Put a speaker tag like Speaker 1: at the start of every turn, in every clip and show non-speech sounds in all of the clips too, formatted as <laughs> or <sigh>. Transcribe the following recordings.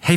Speaker 1: Hey,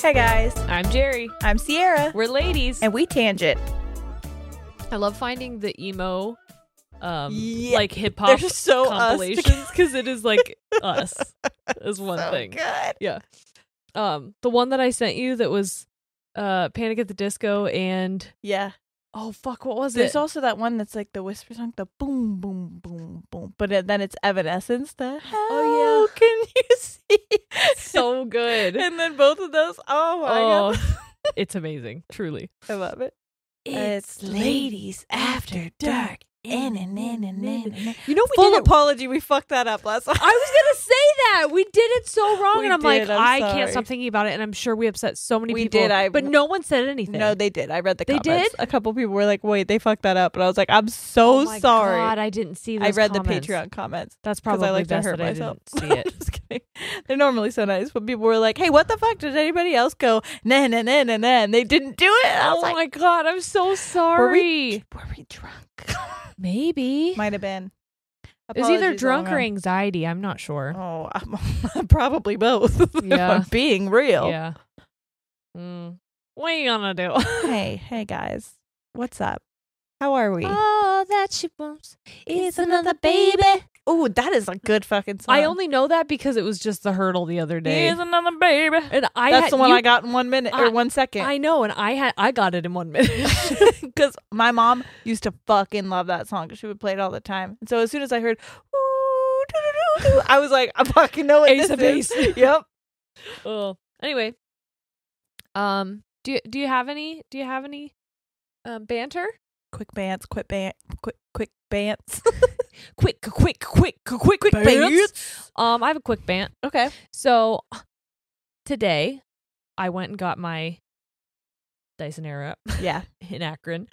Speaker 2: Hey guys,
Speaker 3: I'm Jerry.
Speaker 2: I'm Sierra,
Speaker 3: We're ladies.
Speaker 2: and we tangent.
Speaker 3: I love finding the emo, um,
Speaker 2: Yeah,
Speaker 3: like hip hop
Speaker 2: they're so us.
Speaker 3: compilations because it is like
Speaker 2: <laughs>
Speaker 3: us is one
Speaker 2: So
Speaker 3: thing.
Speaker 2: good.
Speaker 3: Yeah. Um, the one that I sent you that was uh Panic at the Disco and
Speaker 2: Yeah.
Speaker 3: oh fuck, what was
Speaker 2: There's
Speaker 3: it?
Speaker 2: also that one that's like the whisper song, the boom, boom, boom, boom. But it- then it's Evanescence. The how
Speaker 3: Oh, yeah.
Speaker 2: can you <laughs> see?
Speaker 3: <laughs> so good.
Speaker 2: and then both of those. Oh my <laughs> god,
Speaker 3: Oh, it's amazing, truly.
Speaker 2: I love it.
Speaker 3: You know we
Speaker 2: Full
Speaker 3: did it
Speaker 2: apology, we fucked that up last time.
Speaker 3: I was gonna say that we did it so wrong,
Speaker 2: We
Speaker 3: and I'm like,
Speaker 2: did, I'm
Speaker 3: I can not
Speaker 2: sorry.
Speaker 3: stop thinking about it, and I'm sure we upset so many
Speaker 2: We
Speaker 3: people.
Speaker 2: did, I-
Speaker 3: but no one said anything.
Speaker 2: <laughs> No, they did. I read the
Speaker 3: They
Speaker 2: comments.
Speaker 3: did?
Speaker 2: A couple people were like, "Wait, they fucked that up," and I was like, "I'm so
Speaker 3: oh my
Speaker 2: sorry."
Speaker 3: God, I didn't see.
Speaker 2: I
Speaker 3: Those
Speaker 2: read
Speaker 3: comments.
Speaker 2: the Patreon comments
Speaker 3: That's
Speaker 2: because
Speaker 3: probably
Speaker 2: I like to
Speaker 3: best
Speaker 2: hurt
Speaker 3: that I
Speaker 2: myself.
Speaker 3: didn't see
Speaker 2: <laughs> I'm
Speaker 3: it.
Speaker 2: Just kidding. They're normally so nice, but people were like, "Hey, what the fuck did anybody else go?" Nah, nah, nah, nah, nah, and they didn't do it. I was
Speaker 3: oh
Speaker 2: like,
Speaker 3: my god, I'm so sorry.
Speaker 2: were <laughs> we, were we
Speaker 3: <laughs>
Speaker 2: drunk?
Speaker 3: Maybe
Speaker 2: Might have <laughs> been.
Speaker 3: it was either
Speaker 2: Apologies all
Speaker 3: drunk or
Speaker 2: around.
Speaker 3: anxiety. I'm not sure.
Speaker 2: Oh, I'm, <laughs> probably both. if
Speaker 3: Yeah.
Speaker 2: I'm being real.
Speaker 3: Yeah. Mm. What are you gonna do?
Speaker 2: Hey, hey guys, what's up? How are we?
Speaker 3: <laughs> All that she wants
Speaker 2: is Oh, another baby. oh, that is a good fucking song.
Speaker 3: I only know that because it was just the hurdle the other day,
Speaker 2: is another baby.
Speaker 3: and I
Speaker 2: That's
Speaker 3: had-
Speaker 2: the one
Speaker 3: you-
Speaker 2: I got in one minute
Speaker 3: I-
Speaker 2: or one second.
Speaker 3: I know, and I had I got it in one
Speaker 2: <laughs>
Speaker 3: minute. <laughs>
Speaker 2: because my mom used to fucking love that song. She would play it all the time. And so as soon as I heard, ooh, doo-doo-doo-doo," I was like, I fucking know what
Speaker 3: Ace
Speaker 2: this
Speaker 3: of
Speaker 2: is. <laughs> Yep.
Speaker 3: oh. Anyway, um, do you, do you have any do you have any um banter?
Speaker 2: Quick bants, quick bant, quick quick <laughs> bants,
Speaker 3: Quick, quick, quick, quick, quick Um, I have a quick bant.
Speaker 2: Okay.
Speaker 3: So today, I went and got my Dyson Airwrap
Speaker 2: Yeah.
Speaker 3: <laughs> in Akron.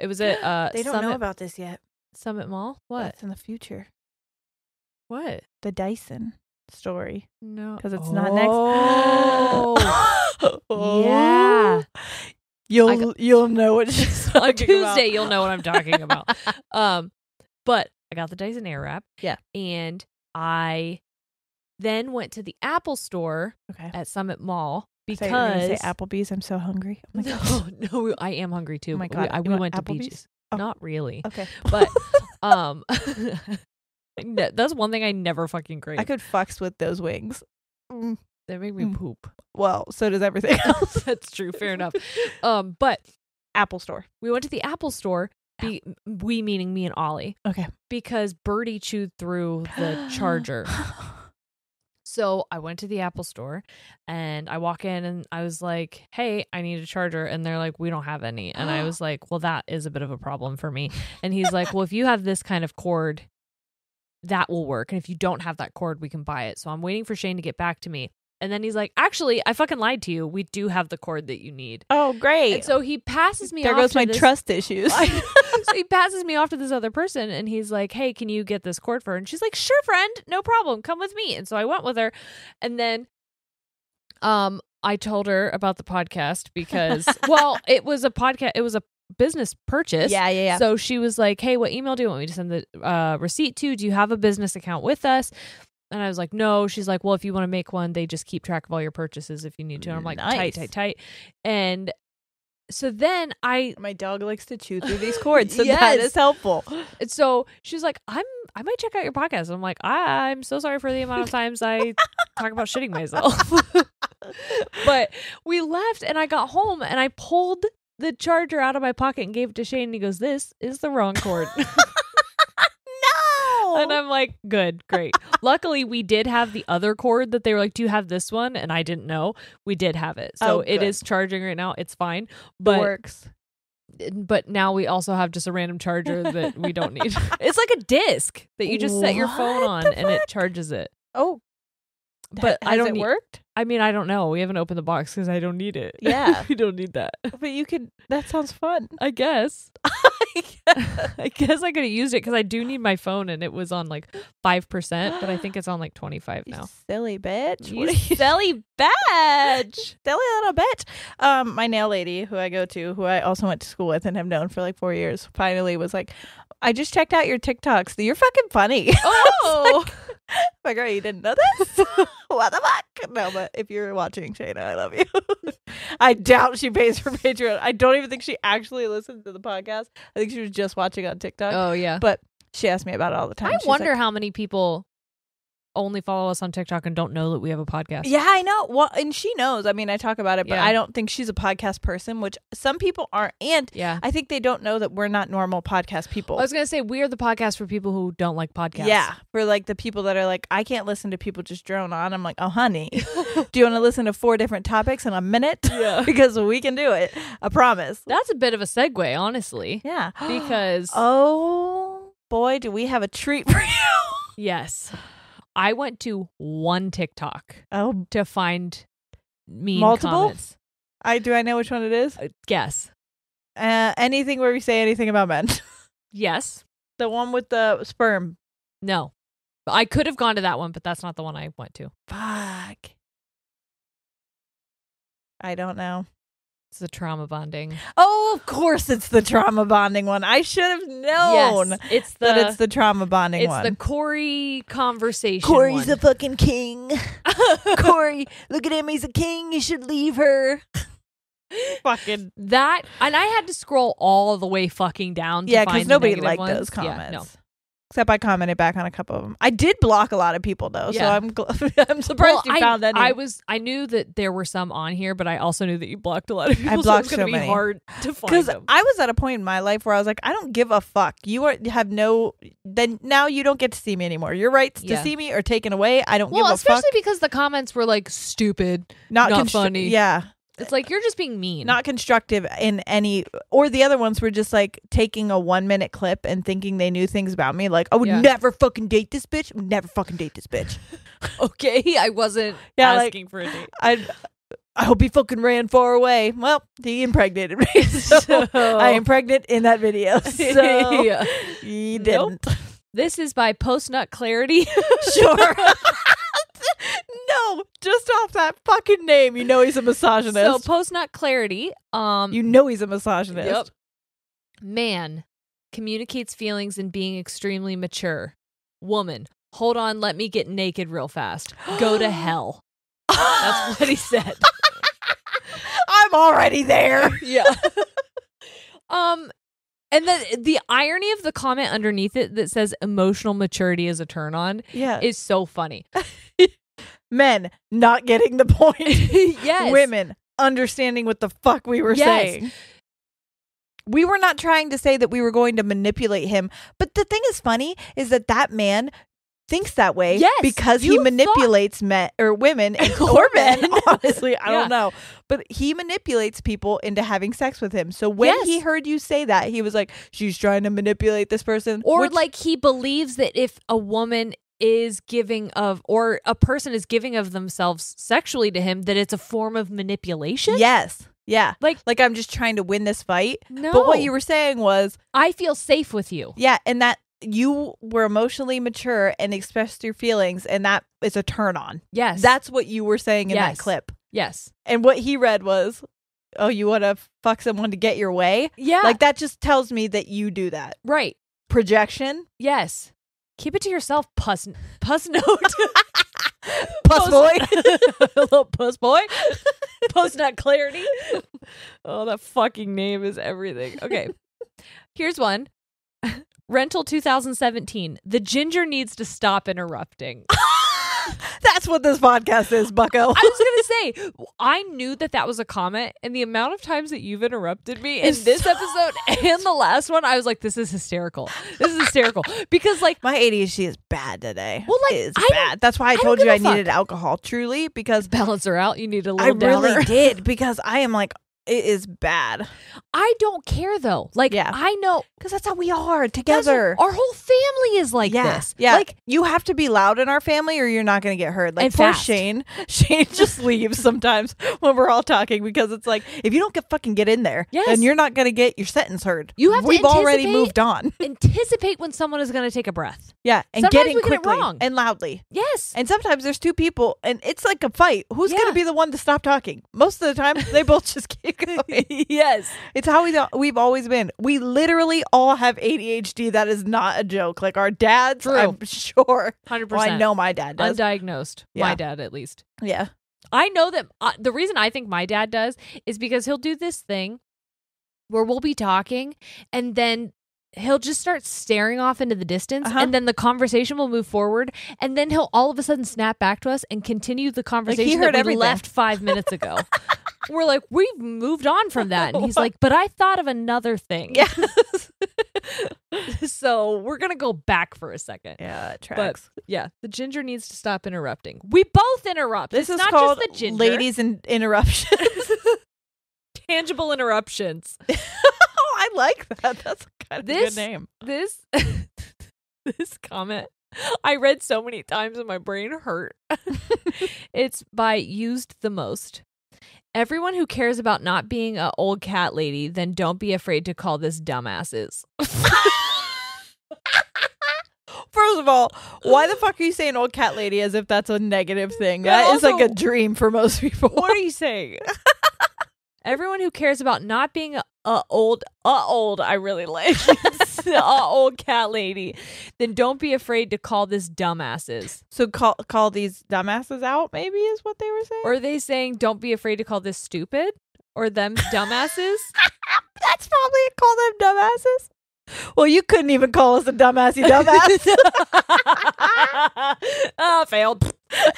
Speaker 3: It was at uh
Speaker 2: they don't
Speaker 3: Summit,
Speaker 2: know about this yet.
Speaker 3: Summit Mall. What?
Speaker 2: That's in the future.
Speaker 3: What?
Speaker 2: The Dyson story
Speaker 3: No,
Speaker 2: because it's not next.
Speaker 3: Oh.
Speaker 2: <laughs>
Speaker 3: <laughs> <gasps>
Speaker 2: Oh.
Speaker 3: I
Speaker 2: <gasps> You'll you'll know what she's <laughs>
Speaker 3: <laughs>
Speaker 2: talking
Speaker 3: on Tuesday,
Speaker 2: about.
Speaker 3: you'll know what I'm talking about.
Speaker 2: <laughs>
Speaker 3: um, but I got the Dyson Airwrap.
Speaker 2: Yeah.
Speaker 3: and I then went to the Apple Store
Speaker 2: Okay.
Speaker 3: at Summit Mall
Speaker 2: I thought you were
Speaker 3: because
Speaker 2: gonna say Applebee's. I'm so hungry. Oh
Speaker 3: <laughs>
Speaker 2: my
Speaker 3: no,
Speaker 2: god.
Speaker 3: no, we- I am hungry too.
Speaker 2: Oh my
Speaker 3: but
Speaker 2: God.
Speaker 3: we, I,
Speaker 2: You
Speaker 3: we
Speaker 2: want
Speaker 3: went to
Speaker 2: Applebee's?
Speaker 3: Peaches.
Speaker 2: Oh.
Speaker 3: Not really,
Speaker 2: Okay.
Speaker 3: but um, <laughs> I ne- that's one thing I never fucking crave.
Speaker 2: I could fucks with those wings. Mm.
Speaker 3: they make me
Speaker 2: Mm. <laughs>
Speaker 3: poop. <laughs>
Speaker 2: Well, so does everything else.
Speaker 3: that's true. Fair enough. Um, but
Speaker 2: Apple Store.
Speaker 3: we went to the Apple Store Be, we meaning me and Ollie
Speaker 2: Okay.
Speaker 3: because Birdie chewed through
Speaker 2: <gasps>
Speaker 3: the charger. So I went to the Apple store and I walk in and I was like, hey, I need a charger. And they're like, we don't have any. And
Speaker 2: <gasps>
Speaker 3: I was like, well, that is a bit of a problem for me. And he's like, well, if you have this kind of cord, that will work. And if you don't have that cord, we can buy it. So I'm waiting for Shane to get back to me. And then he's like, actually, I fucking lied to you. We do have the cord that you need.
Speaker 2: Oh, great.
Speaker 3: And so he passes me
Speaker 2: there
Speaker 3: off
Speaker 2: goes
Speaker 3: to
Speaker 2: my
Speaker 3: this-
Speaker 2: trust <laughs> issues.
Speaker 3: <laughs> so he passes me off to this other person and he's like, Hey, can you get this cord for her? And she's like, Sure, friend, no problem. Come with me. And so I went with her. And then um I told her about the podcast
Speaker 2: <laughs>
Speaker 3: because well, it was a podcast it was a business purchase.
Speaker 2: yeah, yeah, yeah.
Speaker 3: So she was like, "Hey, what email do you want me to send the uh, receipt to? Do you have a business account with us?" And I was like, "No." She's like, "Well, if you want to make one, they just keep track of all your purchases if you need to." And I'm like, "Tight,
Speaker 2: Nice.
Speaker 3: tight, tight." And so then I,
Speaker 2: my dog likes to chew
Speaker 3: <laughs>
Speaker 2: through these cords, so
Speaker 3: Yes.
Speaker 2: that
Speaker 3: <gasps>
Speaker 2: is helpful.
Speaker 3: so she's like, "I'm, I might check out your podcast." And I'm like, "I'm so sorry for the amount of times I talk about shitting myself." <laughs> but we left, and I got home, and I pulled the charger out of my pocket and gave it to Shane. And he goes, "This is the wrong cord." <laughs>
Speaker 2: No.
Speaker 3: And I'm like, good, great. Luckily, we did have the other cord that they were like, do you have this one? And I didn't know. We did have it. So
Speaker 2: Oh,
Speaker 3: it
Speaker 2: good.
Speaker 3: is charging right now. It's fine. But
Speaker 2: works.
Speaker 3: but now we also have just a random charger <laughs> that we don't need. it's like a disc that you just set your phone
Speaker 2: What
Speaker 3: on
Speaker 2: the
Speaker 3: and it
Speaker 2: fuck?
Speaker 3: charges it.
Speaker 2: Oh,
Speaker 3: But
Speaker 2: Ha-
Speaker 3: I
Speaker 2: has
Speaker 3: don't
Speaker 2: it
Speaker 3: need-
Speaker 2: worked.
Speaker 3: I mean, I don't know. We haven't opened the box because I don't need it.
Speaker 2: Yeah.
Speaker 3: <laughs> we don't need that.
Speaker 2: But you could. That sounds fun.
Speaker 3: I guess. <laughs> I guess I could have used it because I do need my phone and it was on like 5%, but I think it's on like <gasps> 25
Speaker 2: You
Speaker 3: now.
Speaker 2: silly bitch.
Speaker 3: You
Speaker 2: What are you- <laughs> silly bitch. <laughs> silly little bitch. Um, my nail lady, who I go to, who I also went to school with and have known for like four years, finally was like, I just checked out your TikToks. You're fucking funny. <laughs>
Speaker 3: Oh.
Speaker 2: like, <laughs> girl, you didn't know this? <laughs> what the fuck? No, but if you're watching, Shayna, I love you. <laughs> I doubt she pays her Patreon. I don't even think she actually listens to the podcast. I think she was just watching on TikTok.
Speaker 3: oh, yeah.
Speaker 2: But she asks me about it all the time.
Speaker 3: I
Speaker 2: She's like,
Speaker 3: wonder how many people only follow us on TikTok and don't know that we have a podcast.
Speaker 2: Yeah, I know. Well, and she knows. I mean, I talk about it, but
Speaker 3: Yeah.
Speaker 2: I don't think she's a podcast person, which some people aren't. And
Speaker 3: Yeah.
Speaker 2: I think they don't know that we're not normal podcast people.
Speaker 3: I was going to say, we are the podcast for people who don't like podcasts.
Speaker 2: Yeah, for like the people that are like, I can't listen to people just drone on. I'm like,
Speaker 3: <laughs>
Speaker 2: oh, honey, do you want to listen to four different topics in a minute? Yeah. <laughs> because we can do it. I promise.
Speaker 3: That's a bit of a segue, honestly. <gasps>
Speaker 2: Yeah. <gasps>
Speaker 3: Because,
Speaker 2: oh, boy, do we have a treat for <laughs> you.
Speaker 3: yes, I went to one TikTok
Speaker 2: oh,
Speaker 3: to find mean
Speaker 2: Multiple?
Speaker 3: comments.
Speaker 2: I do I know which one it is?
Speaker 3: Uh, guess.
Speaker 2: Uh, anything where we say anything about men.
Speaker 3: Yes.
Speaker 2: the one with the sperm.
Speaker 3: No. I could have gone to that one, but that's not the one I went to.
Speaker 2: Fuck. I don't know.
Speaker 3: It's the trauma bonding.
Speaker 2: Oh, of course it's the trauma bonding one. I should have known
Speaker 3: Yes, it's the
Speaker 2: that it's the trauma bonding
Speaker 3: it's
Speaker 2: one.
Speaker 3: the Corey conversation. one. <laughs>
Speaker 2: fucking king. Corey, look at him. He's a king. You should leave her. fucking.
Speaker 3: That and I had to scroll all the way fucking down. To
Speaker 2: Yeah,
Speaker 3: because
Speaker 2: because nobody liked those comments. Except I commented back on a couple of them. I did block a lot of people though, so
Speaker 3: Yeah.
Speaker 2: I'm gl- <laughs> I'm surprised you
Speaker 3: I,
Speaker 2: found any.
Speaker 3: I was I knew that there were some on here, but I also knew that you blocked a lot of people. so
Speaker 2: blocked
Speaker 3: it's gonna
Speaker 2: so
Speaker 3: be
Speaker 2: many.
Speaker 3: hard to find
Speaker 2: because
Speaker 3: them.
Speaker 2: I was at a point in my life where I was like, I don't give a fuck. You are have no. Then now you don't get to see me anymore. Your rights
Speaker 3: Yeah.
Speaker 2: to see me are taken away. I don't
Speaker 3: well,
Speaker 2: give a
Speaker 3: especially
Speaker 2: fuck.
Speaker 3: because the comments were like stupid.
Speaker 2: Not,
Speaker 3: not
Speaker 2: constr-
Speaker 3: funny.
Speaker 2: Yeah,
Speaker 3: It's like you're just being mean.
Speaker 2: not constructive in any. Or the other ones were just like taking a one minute clip and thinking they knew things about me. Like I would
Speaker 3: Yeah.
Speaker 2: never fucking date this bitch. I would never fucking date this bitch.
Speaker 3: <laughs> okay. I wasn't
Speaker 2: <laughs> Yeah, like-
Speaker 3: asking for a date.
Speaker 2: I. I hope he fucking ran far away. Well, he impregnated me. <laughs> So,
Speaker 3: <laughs>
Speaker 2: I am pregnant in that video. <laughs> <laughs> So
Speaker 3: Yeah.
Speaker 2: he
Speaker 3: Nope.
Speaker 2: didn't.
Speaker 3: This is by Post Nut
Speaker 2: <laughs>
Speaker 3: Clarity.
Speaker 2: Sure. no, just off that fucking name, you know he's a
Speaker 3: so
Speaker 2: misogynist.
Speaker 3: Post Nut Clarity. Um
Speaker 2: you know he's a misogynist. <laughs>
Speaker 3: Yep. Man communicates feelings and being extremely mature. Woman, hold on, let me get naked real fast. Go
Speaker 2: <gasps>
Speaker 3: to hell.
Speaker 2: <laughs>
Speaker 3: That's what he said.
Speaker 2: I'm already there.
Speaker 3: yeah. <laughs> Um and the the irony of the comment underneath it that says emotional maturity is a turn on
Speaker 2: Yeah.
Speaker 3: is so
Speaker 2: <laughs>
Speaker 3: funny.
Speaker 2: Men not getting the
Speaker 3: <laughs>
Speaker 2: point.
Speaker 3: yes.
Speaker 2: Women understanding what the fuck we were
Speaker 3: Yes.
Speaker 2: saying. We were not trying to say that we were going to manipulate him. But the thing is funny is that that man thinks that way
Speaker 3: Yes,
Speaker 2: because he
Speaker 3: you thought-
Speaker 2: manipulates men or
Speaker 3: <laughs>
Speaker 2: women and,
Speaker 3: Or
Speaker 2: or men. <laughs>
Speaker 3: men.
Speaker 2: Honestly, I
Speaker 3: Yeah.
Speaker 2: don't know. But he manipulates people into having sex with him. So when
Speaker 3: Yes.
Speaker 2: he heard you say that, he was like, she's trying to manipulate this person.
Speaker 3: or
Speaker 2: which-
Speaker 3: like he believes that if a woman is giving of or a person is giving of themselves sexually to him that it's a form of manipulation
Speaker 2: yes. Yeah.
Speaker 3: Like-
Speaker 2: like I'm just trying to win this fight.
Speaker 3: no
Speaker 2: But what you were saying was,
Speaker 3: i feel safe with you
Speaker 2: yeah, and that you were emotionally mature and expressed your feelings, and that is a turn on.
Speaker 3: yes
Speaker 2: That's what you were saying in
Speaker 3: Yes.
Speaker 2: that clip.
Speaker 3: yes
Speaker 2: And what he read was, oh, you want to fuck someone to get your way?
Speaker 3: yeah
Speaker 2: Like, that just tells me that you do that.
Speaker 3: right
Speaker 2: Projection?
Speaker 3: yes keep it to yourself puss <laughs> puss note
Speaker 2: Puss boy.
Speaker 3: <laughs> little puss boy post nut clarity oh that fucking name is everything okay here's one <laughs> rental 2017 the ginger needs to stop interrupting
Speaker 2: That's what this podcast is, bucko.
Speaker 3: I was <laughs> gonna say, I knew that that was a comment, and the amount of times that you've interrupted me in
Speaker 2: It's
Speaker 3: this
Speaker 2: so-
Speaker 3: episode and the last one, I was like, this is hysterical. This is <laughs> hysterical because, like,
Speaker 2: <laughs> My ADHD is bad today.
Speaker 3: Well, like,
Speaker 2: it's
Speaker 3: I don't-
Speaker 2: bad. That's why I
Speaker 3: I don't
Speaker 2: told you
Speaker 3: give a
Speaker 2: I
Speaker 3: fuck.
Speaker 2: needed alcohol, truly, because
Speaker 3: balance her out. You need a
Speaker 2: I
Speaker 3: little downer. <laughs>
Speaker 2: really did, because I am like, it is bad.
Speaker 3: I don't care though. Like,
Speaker 2: Yeah.
Speaker 3: I know
Speaker 2: Because that's how we are
Speaker 3: that's
Speaker 2: together.
Speaker 3: what- our whole family is like
Speaker 2: yeah,
Speaker 3: this.
Speaker 2: Yeah.
Speaker 3: Like,
Speaker 2: Like you have to be loud in our family or you're not going to get heard. Like
Speaker 3: And
Speaker 2: poor
Speaker 3: fast.
Speaker 2: Shane. <laughs> Shane just leaves sometimes when we're all talking because it's like if you don't get fucking get in there,
Speaker 3: Yes.
Speaker 2: then you're not going to get your sentence heard.
Speaker 3: You have to
Speaker 2: We've already
Speaker 3: anticipate-
Speaker 2: moved on.
Speaker 3: anticipate when someone is going to take a breath.
Speaker 2: Yeah, and
Speaker 3: Sometimes
Speaker 2: getting
Speaker 3: we get it
Speaker 2: quickly
Speaker 3: wrong.
Speaker 2: and loudly. <laughs>
Speaker 3: Yes.
Speaker 2: And sometimes there's two people and it's like a fight. Who's
Speaker 3: Yeah.
Speaker 2: going to be the one to stop talking? Most of the time they both
Speaker 3: <laughs>
Speaker 2: just keep going.
Speaker 3: yes.
Speaker 2: It's how we, we've always been. We literally all have ADHD. That is not a joke. Like our dads,
Speaker 3: True.
Speaker 2: I'm <laughs> sure.
Speaker 3: Hundred
Speaker 2: Well, I
Speaker 3: percent.
Speaker 2: know my dad does.
Speaker 3: Undiagnosed.
Speaker 2: Yeah.
Speaker 3: My dad, at least.
Speaker 2: yeah.
Speaker 3: I know that uh, the reason I think my dad does is because he'll do this thing where we'll be talking and then he'll just start staring off into the distance
Speaker 2: Uh-huh.
Speaker 3: and then the conversation will move forward and then he'll all of a sudden snap back to us and continue the conversation
Speaker 2: heard
Speaker 3: that we
Speaker 2: everything.
Speaker 3: left 5 minutes
Speaker 2: <laughs>
Speaker 3: ago. We're like, we've moved on from that. And he's like, but I thought of another thing.
Speaker 2: Yeah.
Speaker 3: <laughs> so we're going to go back for a second.
Speaker 2: Yeah, it
Speaker 3: But
Speaker 2: tracks.
Speaker 3: yeah, the ginger needs to stop interrupting. We both interrupt.
Speaker 2: this
Speaker 3: it's
Speaker 2: is
Speaker 3: not
Speaker 2: called
Speaker 3: just the ginger.
Speaker 2: ladies in interruption.
Speaker 3: <laughs> tangible interruptions.
Speaker 2: <laughs> oh, I like that. That's kind of
Speaker 3: This-
Speaker 2: a good name.
Speaker 3: This <laughs> this comment I read so many times and my brain
Speaker 2: <laughs>
Speaker 3: hurt. it's by used the most. Everyone who cares about not being a old cat lady, then don't be afraid to call this
Speaker 2: <laughs>
Speaker 3: dumbasses.
Speaker 2: First of all, why the fuck are you saying old cat lady as if that's a negative thing? That is
Speaker 3: also-
Speaker 2: like a dream for most <laughs> people.
Speaker 3: What are you saying? <laughs> Everyone who cares about not being a, a old, a old, I really like <laughs> a old cat lady, then don't be afraid to call this dumbasses.
Speaker 2: So call call these dumbasses out, maybe is what they were saying.
Speaker 3: Or are they saying don't be afraid to call this stupid or them dumbasses?
Speaker 2: that's probably call them dumbasses. Well, you couldn't even call us a dumbassy
Speaker 3: <laughs>
Speaker 2: dumbass.
Speaker 3: Ah, failed. <laughs>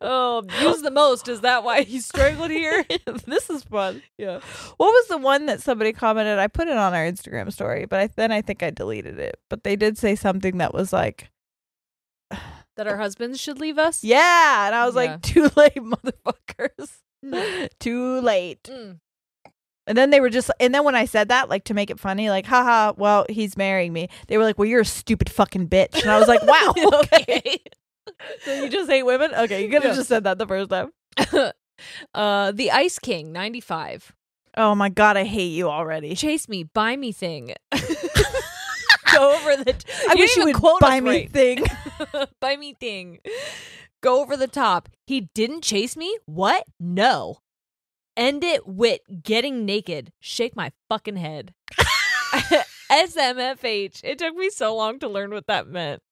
Speaker 3: oh, use the most. Is that why he struggled here?
Speaker 2: this is fun. Yeah. What was the one that somebody commented? I put it on our Instagram story, but I, then I think I deleted it. But they did say something that was like,
Speaker 3: that our husbands should leave us?
Speaker 2: "Yeah," and I was
Speaker 3: Yeah.
Speaker 2: like, "Too late, <laughs> motherfuckers. Too late."
Speaker 3: Mm.
Speaker 2: And then they were just, and then when I said that, like to make it funny, like, haha, well, he's marrying me. They were like, well, you're a stupid fucking bitch. And I
Speaker 3: <laughs>
Speaker 2: was like, wow.
Speaker 3: okay.
Speaker 2: so <laughs> you just hate women? Okay, you could have
Speaker 3: Yeah.
Speaker 2: just said that the first time.
Speaker 3: <laughs> uh, the Ice King, 95.
Speaker 2: Oh my God, I hate you already.
Speaker 3: Chase me, buy me
Speaker 2: <laughs>
Speaker 3: thing. <laughs> Go over the.
Speaker 2: I wish you would
Speaker 3: quote
Speaker 2: buy
Speaker 3: us
Speaker 2: me
Speaker 3: right.
Speaker 2: thing.
Speaker 3: <laughs> by me thing. Go over the top. He didn't chase me? What? No. End it with getting naked. Shake my fucking head. <laughs> SMFH. It took me so long to learn what that meant.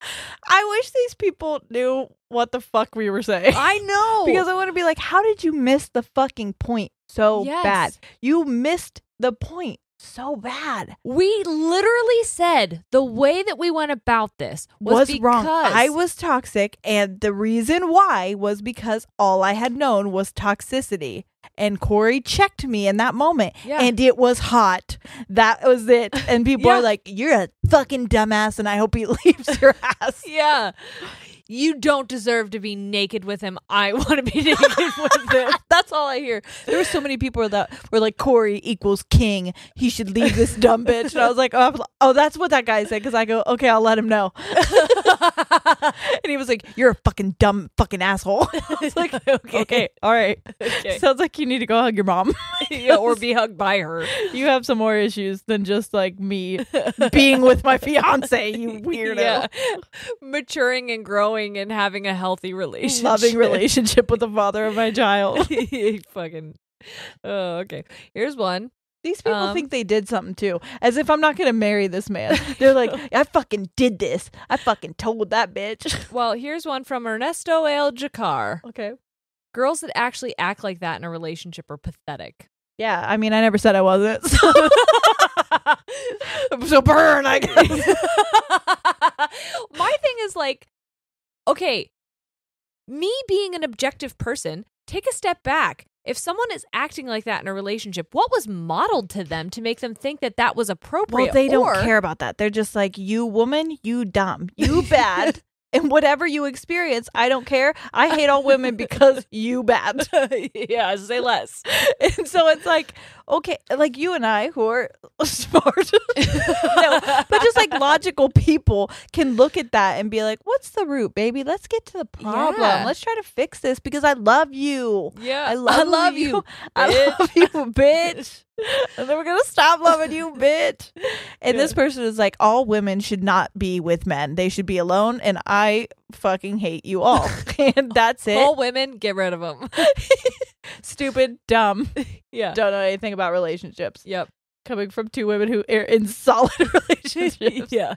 Speaker 2: <laughs> I wish these people knew what the fuck we were saying. <laughs>
Speaker 3: I know.
Speaker 2: because <laughs> I want to be like, how did you miss the fucking point so
Speaker 3: Yes.
Speaker 2: bad? You missed the point. so bad.
Speaker 3: We literally said the way that we went about this was,
Speaker 2: Was, wrong.
Speaker 3: because-
Speaker 2: I was toxic, and the reason why was because all I had known was toxicity. And Corey checked me in that moment,
Speaker 3: Yeah.
Speaker 2: and it was hot. That was it. And <laughs> people
Speaker 3: Yeah.
Speaker 2: are like, "You're a fucking dumbass," and I hope he <laughs> leaves your ass.
Speaker 3: Yeah. You don't deserve to be naked with him. I <laughs> want to be naked with him.
Speaker 2: <laughs> That's all
Speaker 3: <laughs>
Speaker 2: I hear. There were so many people that were like, Corey equals king. He should leave this dumb bitch. And I was like, oh, oh that's what that guy said. Cause I go, okay, I'll let him know. <laughs> and he was like, you're a fucking dumb fucking asshole. <laughs> I was like, okay, all right.
Speaker 4: Okay.
Speaker 2: Sounds like you need to go hug your mom.
Speaker 4: yeah, or be hugged by her.
Speaker 2: you have some more issues than just like me being with my fiance, you weirdo.
Speaker 3: <laughs> Yeah. Maturing and growing and having a healthy relationship. <laughs>
Speaker 2: Loving relationship with the father of my child.
Speaker 3: Fucking. Oh, okay. Here's one.
Speaker 2: These people
Speaker 3: Um,
Speaker 2: think they did something too, as if I'm not going to marry this <laughs> man. They're like, I fucking did this. I fucking told that bitch. <laughs>
Speaker 3: Well, here's one from Ernesto El Jacar.
Speaker 2: Okay.
Speaker 3: Girls that actually act like that in a relationship are pathetic.
Speaker 2: Yeah, I mean, I never said I wasn't. <laughs> So,
Speaker 3: <laughs>
Speaker 2: so burn, I guess.
Speaker 3: My thing is like, okay, me being an objective person, take a step back. If someone is acting like that in a relationship, what was modeled to them to make them think that that was appropriate?
Speaker 2: <laughs> Well, they don't
Speaker 3: Or- <laughs>
Speaker 2: care about that. They're just like, you woman, you dumb, <laughs> you bad. And whatever you experience, I don't care. I hate all women because you bad.
Speaker 4: yeah, say less.
Speaker 2: <laughs> and so it's like okay like you and i who are <laughs> smart no but just like logical people can look at that and be like what's the root baby let's get to the problem
Speaker 3: Yeah.
Speaker 2: let's try to fix this because i love you
Speaker 3: Yeah,
Speaker 2: i love, you, i
Speaker 3: bitch.
Speaker 2: love <laughs> you <laughs> bitch and then we're gonna stop loving you bitch and this person is like all women should not be with men they should be alone and i fucking hate you all <laughs> and that's <laughs> it
Speaker 3: All women, get rid of them.
Speaker 2: stupid dumb
Speaker 3: <laughs> Yeah.
Speaker 2: <laughs> don't know anything about relationships
Speaker 3: Yep.
Speaker 2: coming from two women who are in solid <laughs>
Speaker 3: <laughs>
Speaker 2: relationships.
Speaker 3: Yeah.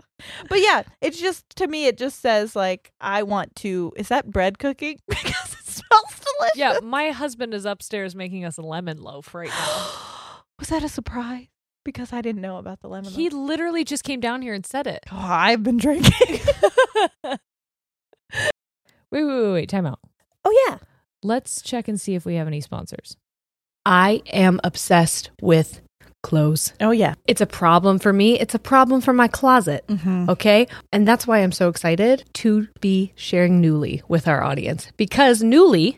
Speaker 2: But <laughs> yeah, it's just to me it just says like I want to is that bread cooking? <laughs> because it smells delicious.
Speaker 3: Yeah. My husband is upstairs making us a lemon loaf right now.
Speaker 2: <gasps> Was that a surprise? Because I didn't know about the lemon.
Speaker 3: He
Speaker 2: loaf.
Speaker 3: literally just came down here and said it.
Speaker 2: Oh, I've been drinking. <laughs>
Speaker 3: Wait, wait, wait, wait. Time out.
Speaker 2: oh yeah.
Speaker 3: Let's check and see if we have any sponsors.
Speaker 5: I am obsessed with clothes.
Speaker 2: Oh yeah.
Speaker 5: It's a problem for me. It's a problem for my closet. Okay. And that's why I'm so excited to be sharing Newly with our audience because Newly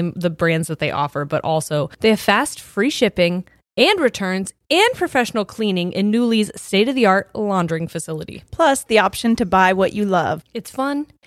Speaker 5: in the brands that they offer, but also they have fast, free shipping and returns and professional cleaning in Newly's state of the art laundering facility.
Speaker 2: Plus, the option to buy what you love.
Speaker 5: It's fun,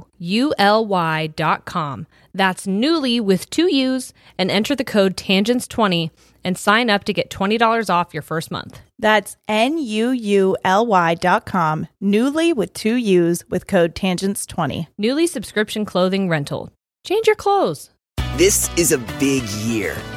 Speaker 5: N-U-U-L-Y dot com. That's Newly with two U's and enter the code TANGENTS20 and sign up to get $20 off your first month.
Speaker 2: That's N U U L Y dot com, Newly with two U's with code TANGENTS20.
Speaker 5: Newly subscription clothing rental. Change your clothes.
Speaker 6: This is a big year.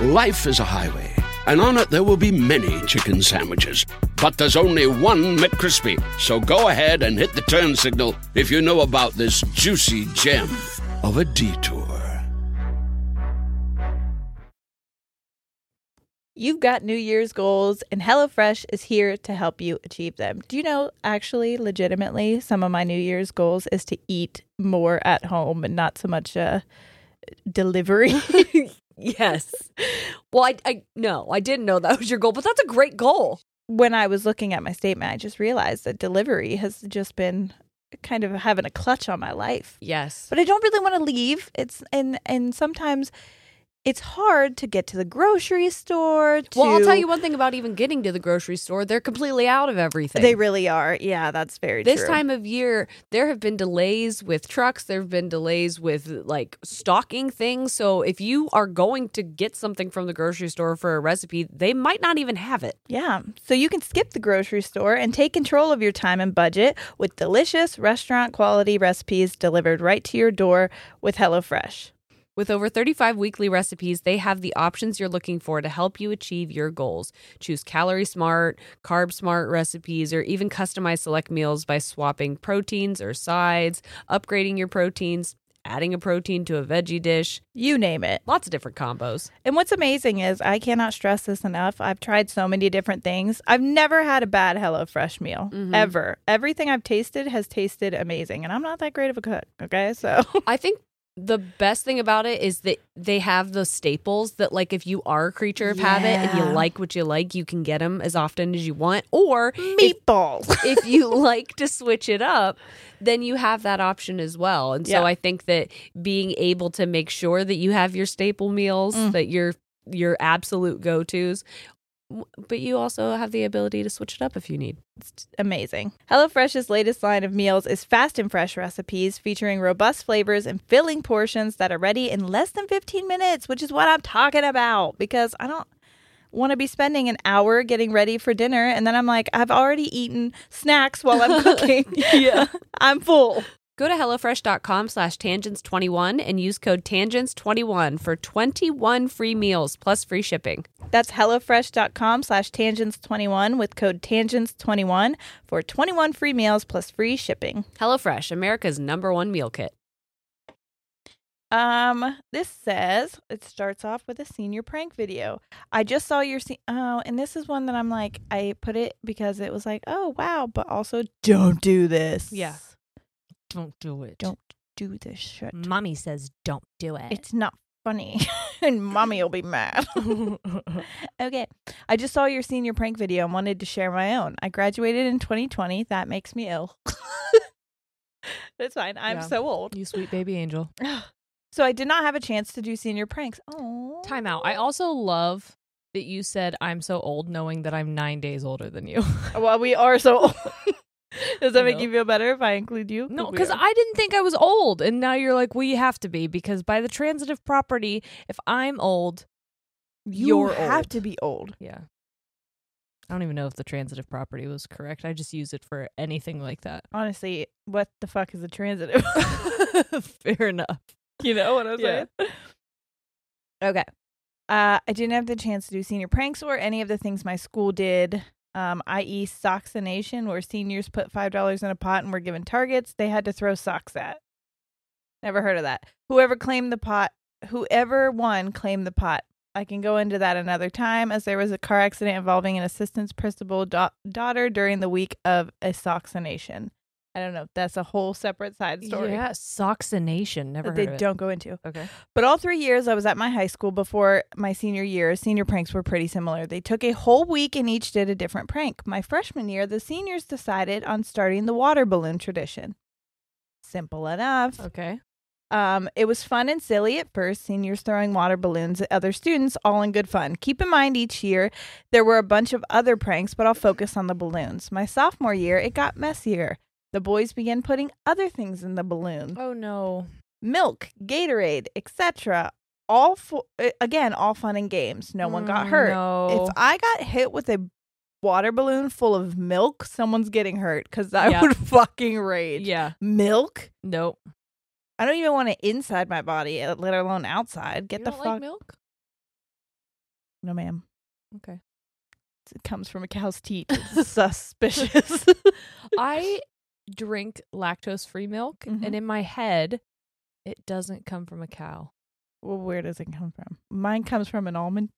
Speaker 7: Life is a highway, and on it there will be many chicken sandwiches. But there's only one McCrispy, so go ahead and hit the turn signal if you know about this juicy gem of a detour.
Speaker 2: You've got New Year's goals, and HelloFresh is here to help you achieve them. Do you know, actually, legitimately, some of my New Year's goals is to eat more at home and not so much uh, delivery. <laughs>
Speaker 5: yes. Well, I, I no, I didn't know that was your goal, but that's a great goal.
Speaker 2: when I was looking at my statement, I just realized that delivery has just been kind of having a clutch on my life.
Speaker 5: Yes.
Speaker 2: But I don't really want to leave. It's and and sometimes it's hard to get to the grocery store. To,
Speaker 5: Well, I'll tell you one thing about even getting to the grocery store. They're completely out of everything.
Speaker 2: They really are. Yeah, that's very
Speaker 5: this
Speaker 2: true.
Speaker 5: time of year, there have been delays with trucks. There have been delays with like stocking things. So if you are going to get something from the grocery store for a recipe, they might not even have it.
Speaker 2: Yeah. So you can skip the grocery store and take control of your time and budget with delicious restaurant quality recipes delivered right to your door with HelloFresh.
Speaker 5: With over 35 weekly recipes, they have the options you're looking for to help you achieve your goals. Choose calorie smart, carb smart recipes, or even customize select meals by swapping proteins or sides, upgrading your proteins, adding a protein to a veggie dish.
Speaker 2: You name it.
Speaker 5: Lots of different combos.
Speaker 2: And what's amazing is I cannot stress this enough. I've tried so many different things. I've never had a bad HelloFresh meal ever. Everything I've tasted has tasted amazing, and I'm not that great of a cook. Okay, so
Speaker 5: I think the best thing about it is that they have the staples that, like, if you are a creature of habit and you
Speaker 2: Yeah.
Speaker 5: like what you like, you can get them as often as you want. Or if
Speaker 2: meatballs.
Speaker 5: if you <laughs> like to switch it up, then you have that option as well. And
Speaker 2: Yeah.
Speaker 5: so I think that being able to make sure that you have your staple meals,
Speaker 2: Mm.
Speaker 5: that your your absolute go tos, but you also have the ability to switch it up if you need.
Speaker 2: amazing. HelloFresh's latest line of meals is fast and fresh recipes featuring robust flavors and filling portions that are ready in less than 15 minutes, which is what I'm talking about because I don't want to be spending an hour getting ready for dinner and then I'm like, I've already eaten snacks while I'm cooking. yeah. <laughs> I'm full.
Speaker 5: Go to HelloFresh.com slash tangents21 and use code tangents21 for 21 free meals plus free shipping.
Speaker 2: That's HelloFresh.com slash tangents21 with code tangents21 for 21 free meals plus free shipping.
Speaker 5: HelloFresh, America's number one meal kit.
Speaker 2: Um, this says it starts off with a senior prank video. I just saw your se- oh, and this is one that I'm like I put it because it was like oh wow, but also don't do this.
Speaker 3: Yeah. Don't do it.
Speaker 2: don't do this shit.
Speaker 3: Mommy says don't do it.
Speaker 2: It's not funny, <laughs> and mommy will be mad. <laughs> okay, I just saw your senior prank video and wanted to share my own. I graduated in 2020. That makes me ill. <laughs> That's fine. I'm
Speaker 3: Yeah.
Speaker 2: so old.
Speaker 3: you sweet baby angel.
Speaker 2: So I did not have a chance to do senior pranks. Oh,
Speaker 3: Time out. I also love that you said I'm so old knowing that I'm nine days older than <laughs> you.
Speaker 2: Well, we are so
Speaker 3: <laughs>
Speaker 2: old. Does that make
Speaker 3: No.
Speaker 2: you feel better if I include you?
Speaker 3: no,
Speaker 2: We
Speaker 3: because
Speaker 2: are.
Speaker 3: I didn't think I was old. And now you're like, well, you have to be because by the transitive property, if I'm old,
Speaker 2: you
Speaker 3: you're
Speaker 2: have
Speaker 3: old.
Speaker 2: to be old.
Speaker 3: yeah. I don't even know if the transitive property was correct. I just use it for anything like that.
Speaker 2: Honestly, what the fuck is
Speaker 3: <laughs>
Speaker 2: a transitive? <laughs>
Speaker 3: Fair enough.
Speaker 2: you know what I'm
Speaker 3: Yeah.
Speaker 2: saying? Okay. Uh, I didn't have the chance to do senior pranks or any of the things my school did, um, i.e., socksonation, where seniors put five dollars in a pot and were given targets they had to throw socks at. Never heard of that. Whoever claimed the pot, whoever won claimed the pot. I can go into that another time, as there was a car accident involving an assistant's principal da- daughter during the week of a socksonation. I don't know. That's a whole separate side story
Speaker 3: Yeah, soxination. Never
Speaker 2: that
Speaker 3: heard
Speaker 2: they
Speaker 3: of it.
Speaker 2: don't go into.
Speaker 3: Okay.
Speaker 2: But all three years I was at my high school before my senior year, senior pranks were pretty similar. They took a whole week and each did a different prank. My freshman year, the seniors decided on starting the water balloon tradition. Simple enough.
Speaker 3: Okay.
Speaker 2: Um, it was fun and silly at first, seniors throwing water balloons at other students, all in good fun. Keep in mind, each year there were a bunch of other pranks, but I'll focus on the balloons. My sophomore year, it got messier. The boys began putting other things in the balloon
Speaker 3: Oh no.
Speaker 2: milk, Gatorade, etc. All for again, all fun and games. No one
Speaker 5: Mm,
Speaker 2: got hurt.
Speaker 3: Mm, No.
Speaker 2: If I got hit with a water balloon full of milk, someone's getting hurt because I
Speaker 3: Yeah.
Speaker 2: would <laughs> fucking rage.
Speaker 3: yeah.
Speaker 2: Milk?
Speaker 3: Nope.
Speaker 2: I don't even want it inside my body, uh, let alone outside. Get <laughs>
Speaker 3: You
Speaker 2: the
Speaker 3: don't
Speaker 2: fuck.
Speaker 3: like milk?
Speaker 2: no, ma'am.
Speaker 5: Okay.
Speaker 2: It comes from a cow's
Speaker 3: <laughs>
Speaker 2: teat. It's suspicious.
Speaker 5: I drink lactose free milk,
Speaker 2: Mhm.
Speaker 5: and in my head, it doesn't come from a cow.
Speaker 2: well, where does it come from? Mine comes from an almond.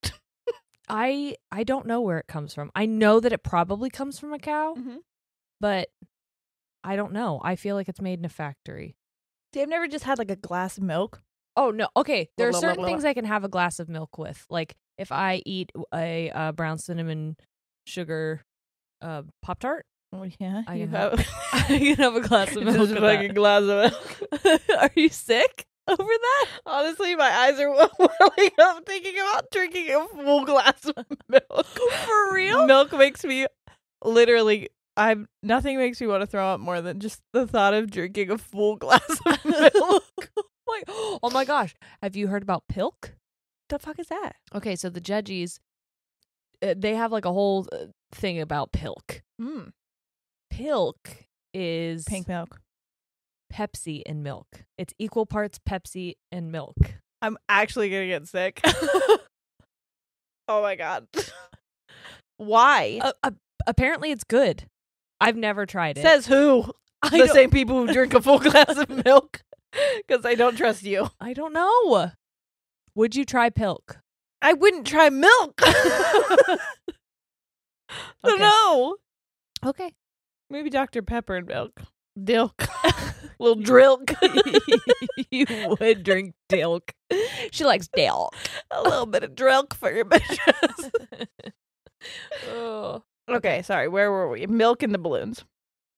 Speaker 5: I I don't know where it comes from. I know that it probably comes from a cow,
Speaker 3: Mm-hmm.
Speaker 2: Mhm.
Speaker 5: but I don't know. I feel like it's made in a factory.
Speaker 2: See, I've never just had like a glass of milk.
Speaker 5: Oh no. Okay, there are
Speaker 2: blah, blah,
Speaker 5: certain
Speaker 2: blah,
Speaker 5: things I can have a glass of milk with. Like if I eat a uh, brown cinnamon sugar uh, pop <laughs> tart,
Speaker 2: Oh, yeah,
Speaker 5: I
Speaker 2: you
Speaker 5: can
Speaker 2: have.
Speaker 5: <laughs> you can have a glass of milk.
Speaker 2: Just
Speaker 5: with
Speaker 2: like a
Speaker 5: that.
Speaker 2: glass of milk.
Speaker 5: <laughs> Are you sick over that?
Speaker 2: Honestly, my eyes are <laughs> welling up thinking about drinking a full glass
Speaker 5: <laughs>
Speaker 2: of milk. For real? Milk makes me literally I'm nothing makes me want to throw up more than just the thought of drinking a full glass
Speaker 5: <laughs>
Speaker 2: of <laughs> milk.
Speaker 5: like, <gasps> oh my gosh, have you heard about pilk?
Speaker 2: the fuck is that?
Speaker 5: Okay, so the judges, uh, they have like a whole uh, thing about pilk.
Speaker 2: Mm.
Speaker 5: Pilk is
Speaker 2: Pink milk.
Speaker 5: Pepsi and milk. It's equal parts Pepsi and milk.
Speaker 2: I'm actually gonna get
Speaker 5: <laughs>
Speaker 2: sick. oh my god. <laughs> Why?
Speaker 5: Uh, uh, apparently, it's good. I've never tried it.
Speaker 2: Says who?
Speaker 5: I
Speaker 2: the
Speaker 5: don't-
Speaker 2: same people who drink a full glass of milk. Because I don't trust you.
Speaker 5: I don't know. Would you try pilk?
Speaker 2: I wouldn't try milk. So
Speaker 5: Okay.
Speaker 2: no.
Speaker 5: Okay.
Speaker 2: <laughs> Maybe Dr. Pepper and milk. Dilk. <laughs> Little drilk.
Speaker 5: <laughs> you would drink dilk. She likes dilk.
Speaker 2: A little bit of drilk for your bitches.
Speaker 5: Ugh.
Speaker 2: okay, sorry. Where were we? Milk and the balloons.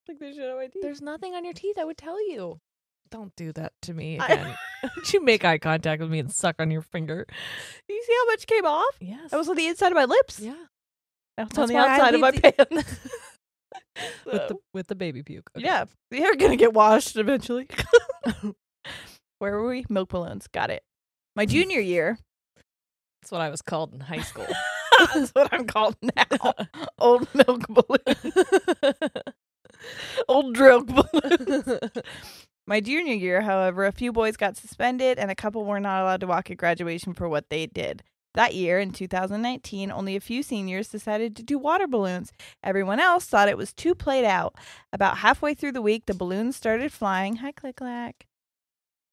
Speaker 2: Like there's shit on my teeth.
Speaker 5: There's nothing on your teeth. I would tell you. Don't do that to me
Speaker 2: I-
Speaker 5: again. <laughs> you make eye contact with me and suck on your finger.
Speaker 2: you see how much came off?
Speaker 5: Yes.
Speaker 2: That was on the inside of my lips.
Speaker 5: <laughs> yeah.
Speaker 2: Now it's
Speaker 5: That's
Speaker 2: on the
Speaker 5: why I
Speaker 2: outside of my
Speaker 5: leave
Speaker 2: pants. <laughs>
Speaker 5: <laughs> With the
Speaker 2: So,
Speaker 5: with the baby puke. Okay.
Speaker 2: Yeah. They're gonna get washed eventually. <laughs> Where were we? Milk balloons. Got it. My junior year. <laughs>
Speaker 5: That's what I was called in high school.
Speaker 2: That's what I'm called
Speaker 5: <laughs>
Speaker 2: now. Old milk balloon. Old drunk balloon. <laughs> My junior year, however, a few boys got suspended and a couple were not allowed to walk at graduation for what they did. That year, in 2019, only a few seniors decided to do water balloons. Everyone else thought it was too played out. About halfway through the week, the balloons started flying. Hi, click clack.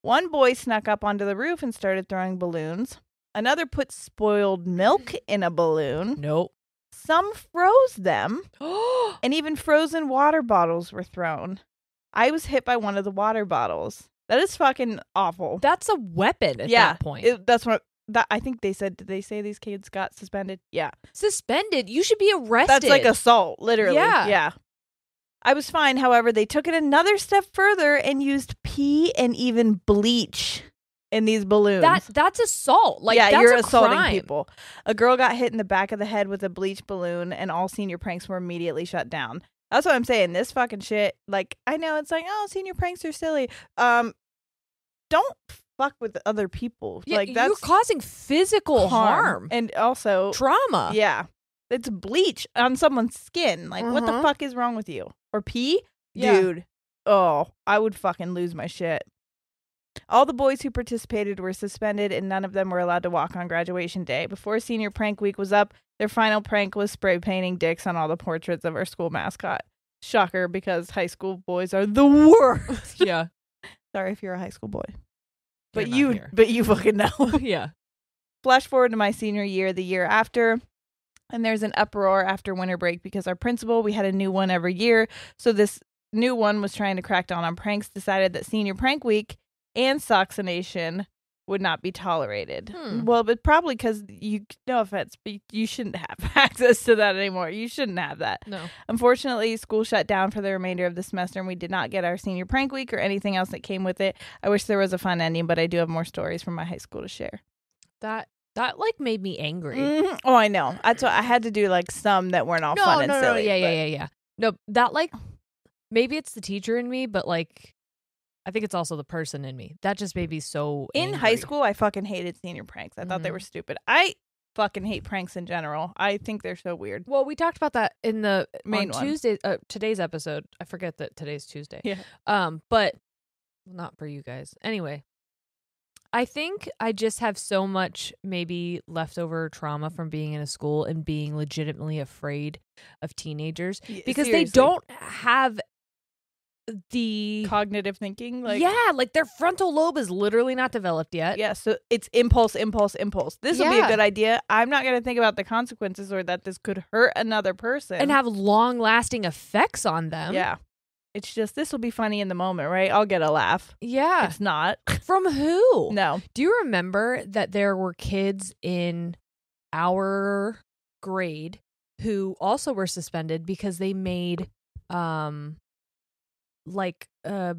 Speaker 2: One boy snuck up onto the roof and started throwing balloons. Another put spoiled milk in a balloon. <laughs>
Speaker 5: nope.
Speaker 2: Some froze
Speaker 5: <gasps>
Speaker 2: them,
Speaker 5: oh
Speaker 2: and even frozen water bottles were thrown. I was hit by one of the water bottles. That is fucking awful.
Speaker 5: that's a weapon at
Speaker 2: yeah,
Speaker 5: that point.
Speaker 2: it- that's what that I think they said. Did they say these kids got suspended? Yeah,
Speaker 5: Suspended. You should be arrested.
Speaker 2: that's like assault, literally.
Speaker 5: Yeah.
Speaker 2: yeah. I was fine. However, they took it another step further and used pee and even bleach in these balloons.
Speaker 5: that that's assault. Like
Speaker 2: yeah,
Speaker 5: that's
Speaker 2: you're
Speaker 5: a
Speaker 2: assaulting
Speaker 5: crime.
Speaker 2: people. A girl got hit in the back of the head with a bleach balloon, and all senior pranks were immediately shut down. That's what I'm saying. This fucking shit. Like, I know it's like, oh, senior pranks are silly. Um, don't fuck with other people.
Speaker 5: Yeah,
Speaker 2: like
Speaker 5: you're
Speaker 2: that's
Speaker 5: causing physical harm,
Speaker 2: and also
Speaker 5: trauma.
Speaker 2: yeah, it's bleach on someone's skin. Like, what the
Speaker 5: Mhm.
Speaker 2: fuck is wrong with you? Or pee?
Speaker 5: Yeah.
Speaker 2: Dude, oh, I would fucking lose my shit. All the boys who participated were suspended, and none of them were allowed to walk on graduation day. Before senior prank week was up, their final prank was spray painting dicks on all the portraits of our school mascot. Shocker, because high school boys are the worst.
Speaker 5: Yeah.
Speaker 2: <laughs> Sorry if you're a high school boy, but
Speaker 5: You're not
Speaker 2: you,
Speaker 5: here.
Speaker 2: but you fucking know.
Speaker 5: yeah.
Speaker 2: Flash forward to my senior year, the year after, and there's an uproar after winter break because our principal, we had a new one every year. So this new one was trying to crack down on pranks, decided that senior prank week and soxination would not be tolerated.
Speaker 5: Hmm.
Speaker 2: Well, but probably because you, no offense, but you shouldn't have <laughs> access to that anymore. You shouldn't have that.
Speaker 5: No.
Speaker 2: Unfortunately, school shut down for the remainder of the semester, and we did not get our senior prank week or anything else that came with it. I wish there was a fun ending, but I do have more stories from my high school to share.
Speaker 5: That that like made me angry.
Speaker 2: Mhm. Oh, I know. That's what I had to do like some that weren't all
Speaker 5: no,
Speaker 2: fun
Speaker 5: no,
Speaker 2: and
Speaker 5: no,
Speaker 2: silly.
Speaker 5: yeah, yeah,
Speaker 2: but-
Speaker 5: yeah, yeah. No, that like maybe it's the teacher in me, but like I think it's also the person in me. That just made me so
Speaker 2: In high
Speaker 5: angry.
Speaker 2: school, I fucking hated senior pranks. I thought they
Speaker 5: Mhm.
Speaker 2: were stupid. I fucking hate pranks in general. I think they're so weird.
Speaker 5: Well, we talked about that in the
Speaker 2: Main
Speaker 5: main
Speaker 2: one.
Speaker 5: Tuesday uh, today's episode. I forget that today's Tuesday.
Speaker 2: Yeah.
Speaker 5: Um, but well, not for you guys. Anyway, I think I just have so much maybe leftover trauma from being in a school and being legitimately afraid of teenagers because they don't have the
Speaker 2: cognitive thinking like
Speaker 5: yeah, like their frontal lobe is literally not developed yet.
Speaker 2: Yeah, so it's impulse, impulse, impulse. This would be
Speaker 5: Yeah.
Speaker 2: a good idea. I'm not going to think about the consequences or that this could hurt another person.
Speaker 5: And have long lasting effects on them.
Speaker 2: yeah, it's just this will be funny in the moment, right? I'll get a laugh.
Speaker 5: Yeah.
Speaker 2: It's not.
Speaker 5: From who?
Speaker 2: No.
Speaker 5: Do you remember that there were kids in our grade who also were suspended because they made um like uh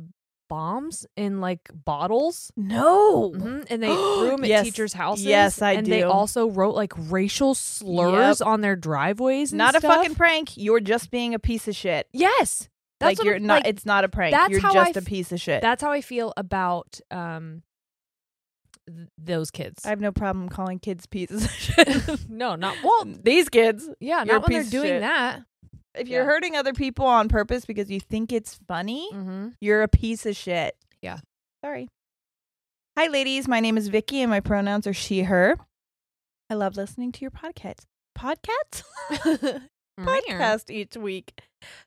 Speaker 5: bombs in like bottles
Speaker 2: No.
Speaker 5: Mhm,
Speaker 2: <gasps>
Speaker 5: and they threw them at
Speaker 2: Yes.
Speaker 5: teachers' houses.
Speaker 2: Yes, I
Speaker 5: and they
Speaker 2: do.
Speaker 5: also wrote like racial slurs on their driveways. And
Speaker 2: Not a
Speaker 5: stuff.
Speaker 2: fucking prank. You're just being a piece of shit.
Speaker 5: yes. That's
Speaker 2: like
Speaker 5: what
Speaker 2: you're
Speaker 5: I'm-
Speaker 2: not.
Speaker 5: like,
Speaker 2: it's not a prank.
Speaker 5: that's
Speaker 2: you're
Speaker 5: how
Speaker 2: just
Speaker 5: I
Speaker 2: a piece of shit.
Speaker 5: that's how I feel about um th- those kids.
Speaker 2: I have no problem calling kids pieces <laughs> of shit.
Speaker 5: no, not well.
Speaker 2: <laughs> These kids.
Speaker 5: Yeah,
Speaker 2: You're a
Speaker 5: not when they're
Speaker 2: piece of
Speaker 5: doing
Speaker 2: shit.
Speaker 5: that.
Speaker 2: If you're
Speaker 5: Yeah.
Speaker 2: hurting other people on purpose because you think it's funny,
Speaker 5: Mm-hmm.
Speaker 2: You're a piece of shit.
Speaker 5: Yeah.
Speaker 2: Sorry. Hi, ladies. My name is Vicky, and my pronouns are she, her. I love listening to your podcasts. Podcasts? podcast each week.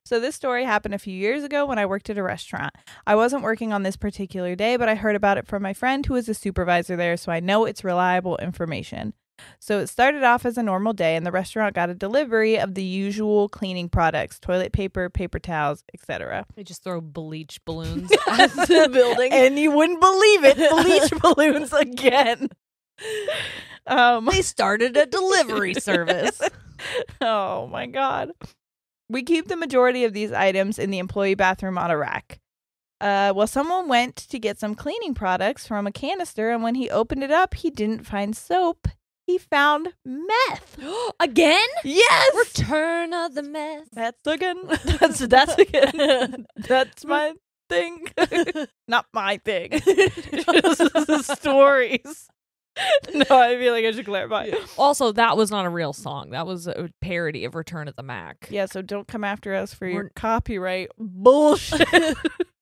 Speaker 2: So this story happened a few years ago when I worked at a restaurant. I wasn't working on this particular day, but I heard about it from my friend who is a supervisor there, so I know it's reliable information. So it started off as a normal day and the restaurant got a delivery of the usual cleaning products, toilet paper, paper towels, etc.
Speaker 5: They just throw bleach balloons
Speaker 2: <laughs>
Speaker 5: at
Speaker 2: the
Speaker 5: the building.
Speaker 2: And you wouldn't believe it. Bleach
Speaker 5: <laughs>
Speaker 2: balloons again. Um,
Speaker 5: they started
Speaker 2: <laughs>
Speaker 5: a delivery service.
Speaker 2: oh my God. We keep the majority of these items in the employee bathroom on a rack. Uh, well, someone went to get some cleaning products from a canister, and when he opened it up, he didn't find soap. He found
Speaker 5: <gasps>
Speaker 2: meth.
Speaker 5: <laughs> Again?
Speaker 2: Yes,
Speaker 5: Return of the mess.
Speaker 2: that's again. <laughs> That's that's again. <laughs> That's my thing. <laughs> Not my thing. <laughs> Just stories. No, I feel like I should clarify.
Speaker 5: Also, that was not a real song. That was a parody of Return of the Mac. <laughs>
Speaker 2: Yeah, so don't come after us for your
Speaker 5: We're-
Speaker 2: copyright <laughs> bullshit. or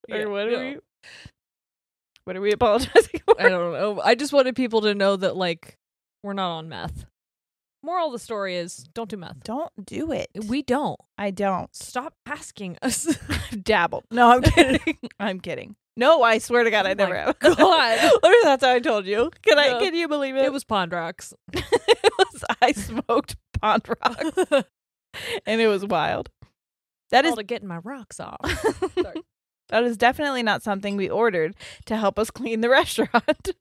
Speaker 5: Yeah,
Speaker 2: what are
Speaker 5: no.
Speaker 2: we? What are we apologizing for?
Speaker 5: I don't know. I just wanted people to know that, like, we're not on meth. Moral of the story is don't do meth.
Speaker 2: Don't do it.
Speaker 5: We don't.
Speaker 2: I <laughs> don't.
Speaker 5: Stop asking us.
Speaker 2: Dabbled. No, <laughs> I'm kidding. I'm kidding. No, I swear to God, I
Speaker 5: Oh my
Speaker 2: never have. <laughs>
Speaker 5: God.
Speaker 2: Or that's how I told you. Can I?
Speaker 5: No.
Speaker 2: Can you believe it?
Speaker 5: it was <laughs> Pondrox.
Speaker 2: it was <laughs> I smoked pond rock, and it was wild. That is
Speaker 5: All to getting my rocks off.
Speaker 2: That is definitely not something we ordered to help us <laughs> clean the restaurant.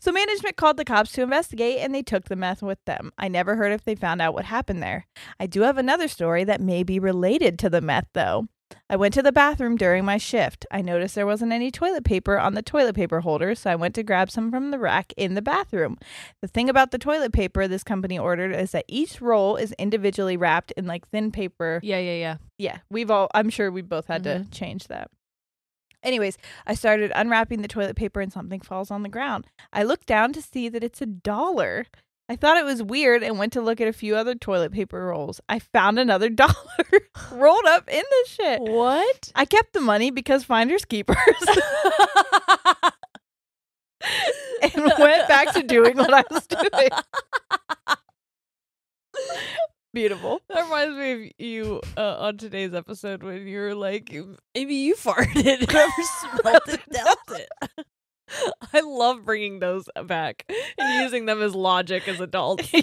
Speaker 2: so management called the cops to investigate and they took the meth with them. I never heard if they found out what happened there. I do have another story that may be related to the meth though. I went to the bathroom during my shift. I noticed there wasn't any toilet paper on the toilet paper holder, so I went to grab some from the rack in the bathroom. The thing about the toilet paper this company ordered is that each roll is individually wrapped in like thin paper
Speaker 5: yeah, yeah, yeah.
Speaker 2: yeah, we've all, I'm sure we both had to change that. Anyways, I started unwrapping the toilet paper and something falls on the ground. I look down to see that it's a dollar. I thought it was weird and went to look at a few other toilet paper rolls. I found another <laughs> dollar rolled up in this shit.
Speaker 5: Eh, <laughs> What?
Speaker 2: I kept the money because finders keepers. <laughs> and went back to doing what I was doing. Beautiful.
Speaker 5: <laughs> That reminds me of you uh, on today's episode when you were like, maybe you farted. <laughs> Whoever smelled it, dealt it. <laughs> I love bringing those uh, back and using them as logic as adults. <laughs>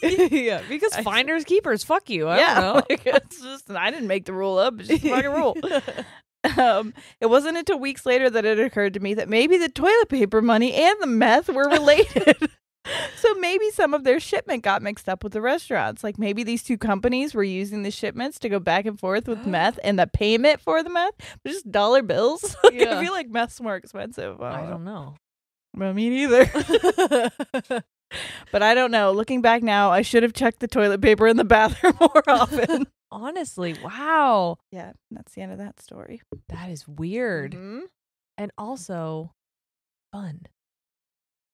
Speaker 5: yeah, because
Speaker 2: I-
Speaker 5: finders keepers. Fuck you. I
Speaker 2: yeah, <laughs>
Speaker 5: don't know.
Speaker 2: like, it's just I didn't make the rule up. It's just a fucking rule.
Speaker 5: <laughs>
Speaker 2: Um, it wasn't until weeks later that it occurred to me that maybe the toilet paper money and the meth were related. <laughs> so maybe some of their shipment got mixed up with the restaurants. Like maybe these two companies were using the shipments to go back and forth
Speaker 5: <gasps>
Speaker 2: with meth and the payment for the meth was just dollar bills. <laughs> Like, I
Speaker 5: Yeah.
Speaker 2: feel like meth's more expensive.
Speaker 5: I don't know.
Speaker 2: Well, me
Speaker 5: <laughs>
Speaker 2: neither. <laughs> but I don't know. Looking back now, I should have checked the toilet paper in the <laughs> bathroom more
Speaker 5: <laughs>
Speaker 2: often.
Speaker 5: Honestly, wow.
Speaker 2: yeah, that's the end of that story. Mm-hmm.
Speaker 5: That is weird. And also
Speaker 3: <laughs>
Speaker 5: fun.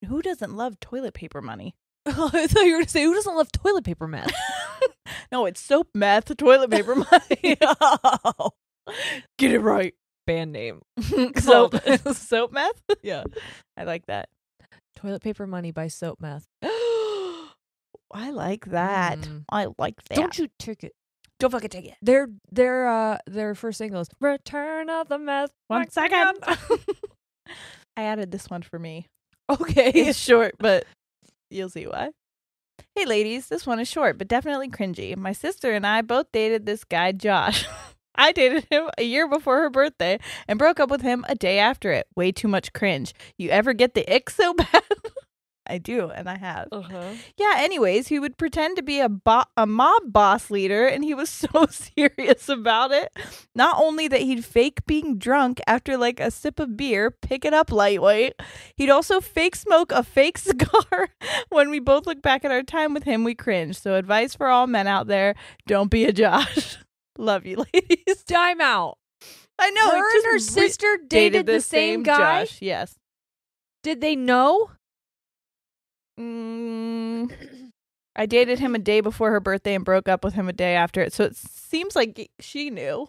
Speaker 2: Who doesn't love toilet paper money?
Speaker 5: I thought you were going to say, who doesn't love toilet
Speaker 2: <laughs>
Speaker 5: paper meth?
Speaker 2: No, it's soap meth, <laughs> toilet
Speaker 3: <laughs>
Speaker 2: paper money. Get it right. <laughs>
Speaker 5: Band name.
Speaker 3: <laughs>
Speaker 2: soap, <laughs> soap meth?
Speaker 5: Yeah.
Speaker 2: I like that. <gasps>
Speaker 3: Toilet Paper Money by Soap Meth.
Speaker 2: I like that.
Speaker 3: Mm.
Speaker 2: I like that.
Speaker 3: Don't you take it.
Speaker 2: don't fucking take it.
Speaker 3: Their their uh their first single is Return of the Meth.
Speaker 2: One
Speaker 3: Mexican."
Speaker 2: <laughs> I added this one for me.
Speaker 3: okay.
Speaker 2: <laughs> It's short, but you'll see why. Hey, ladies, this one is short, but definitely cringy. My sister and I both dated this guy, Josh. <laughs> I dated him a year before her birthday and broke up with him a day after it. Way too much cringe. You ever get the ick so <laughs> bad? I do, and I have.
Speaker 5: Uh-huh.
Speaker 2: Yeah, anyways, he would pretend to be a, bo- a mob boss leader, and he was <laughs> so serious about it. Not only that he'd fake being drunk after like a sip of beer, pick it up lightweight. He'd also fake smoke a fake <laughs> cigar. when we both look back at our time with him, we cringe. So, advice for all men out there don't be a Josh. <laughs> Love you, ladies.
Speaker 3: Time out.
Speaker 2: I know. it
Speaker 3: Her and
Speaker 2: just
Speaker 3: her
Speaker 2: re-
Speaker 3: sister dated, the same, guy.
Speaker 2: Josh. Yes.
Speaker 3: Did they know?
Speaker 2: Mm, I dated him a day before her birthday and broke up with him a day after it. So it seems like she knew.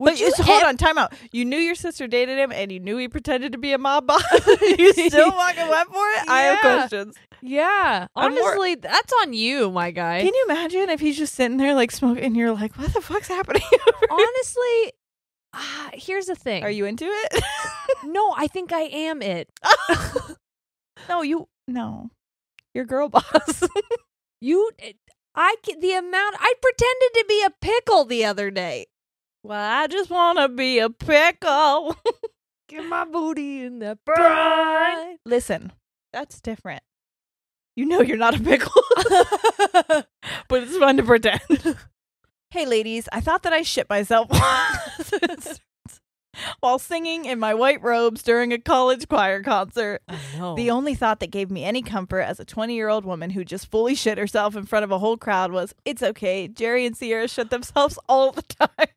Speaker 3: Would
Speaker 2: but
Speaker 3: you
Speaker 2: it's- hold
Speaker 3: ev-
Speaker 2: on, time out. You knew your sister dated him and you knew he pretended to be a
Speaker 3: <laughs>
Speaker 2: mob boss. <laughs> you still fucking went for it? I
Speaker 3: Yeah.
Speaker 2: have questions.
Speaker 3: Yeah.
Speaker 2: I'm more-
Speaker 3: Honestly, that's on you, my guy.
Speaker 2: Can you imagine if he's just sitting there like smoking and you're like, what the fuck's happening? <laughs>
Speaker 3: Honestly, ah, here's the thing.
Speaker 2: Are you into it?
Speaker 3: No, I think I am
Speaker 2: <laughs>
Speaker 3: it.
Speaker 2: no, you, no. You're girl boss. <laughs>
Speaker 3: You, eh, I ca- the amount I pretended to be a pickle the other day.
Speaker 2: well, I just want to be a pickle. <laughs>
Speaker 3: Get my booty in the brine.
Speaker 2: Listen, that's different. You know you're not a pickle, <laughs> but it's fun to pretend. <laughs> hey, ladies, I thought that I shit myself <laughs> while singing in my white robes during a college choir concert.
Speaker 3: No.
Speaker 2: The only thought that gave me any comfort as a 20 year old woman who just fully shit herself in front of a whole crowd was it's okay. Jerry and Sierra shit themselves all the time. <laughs>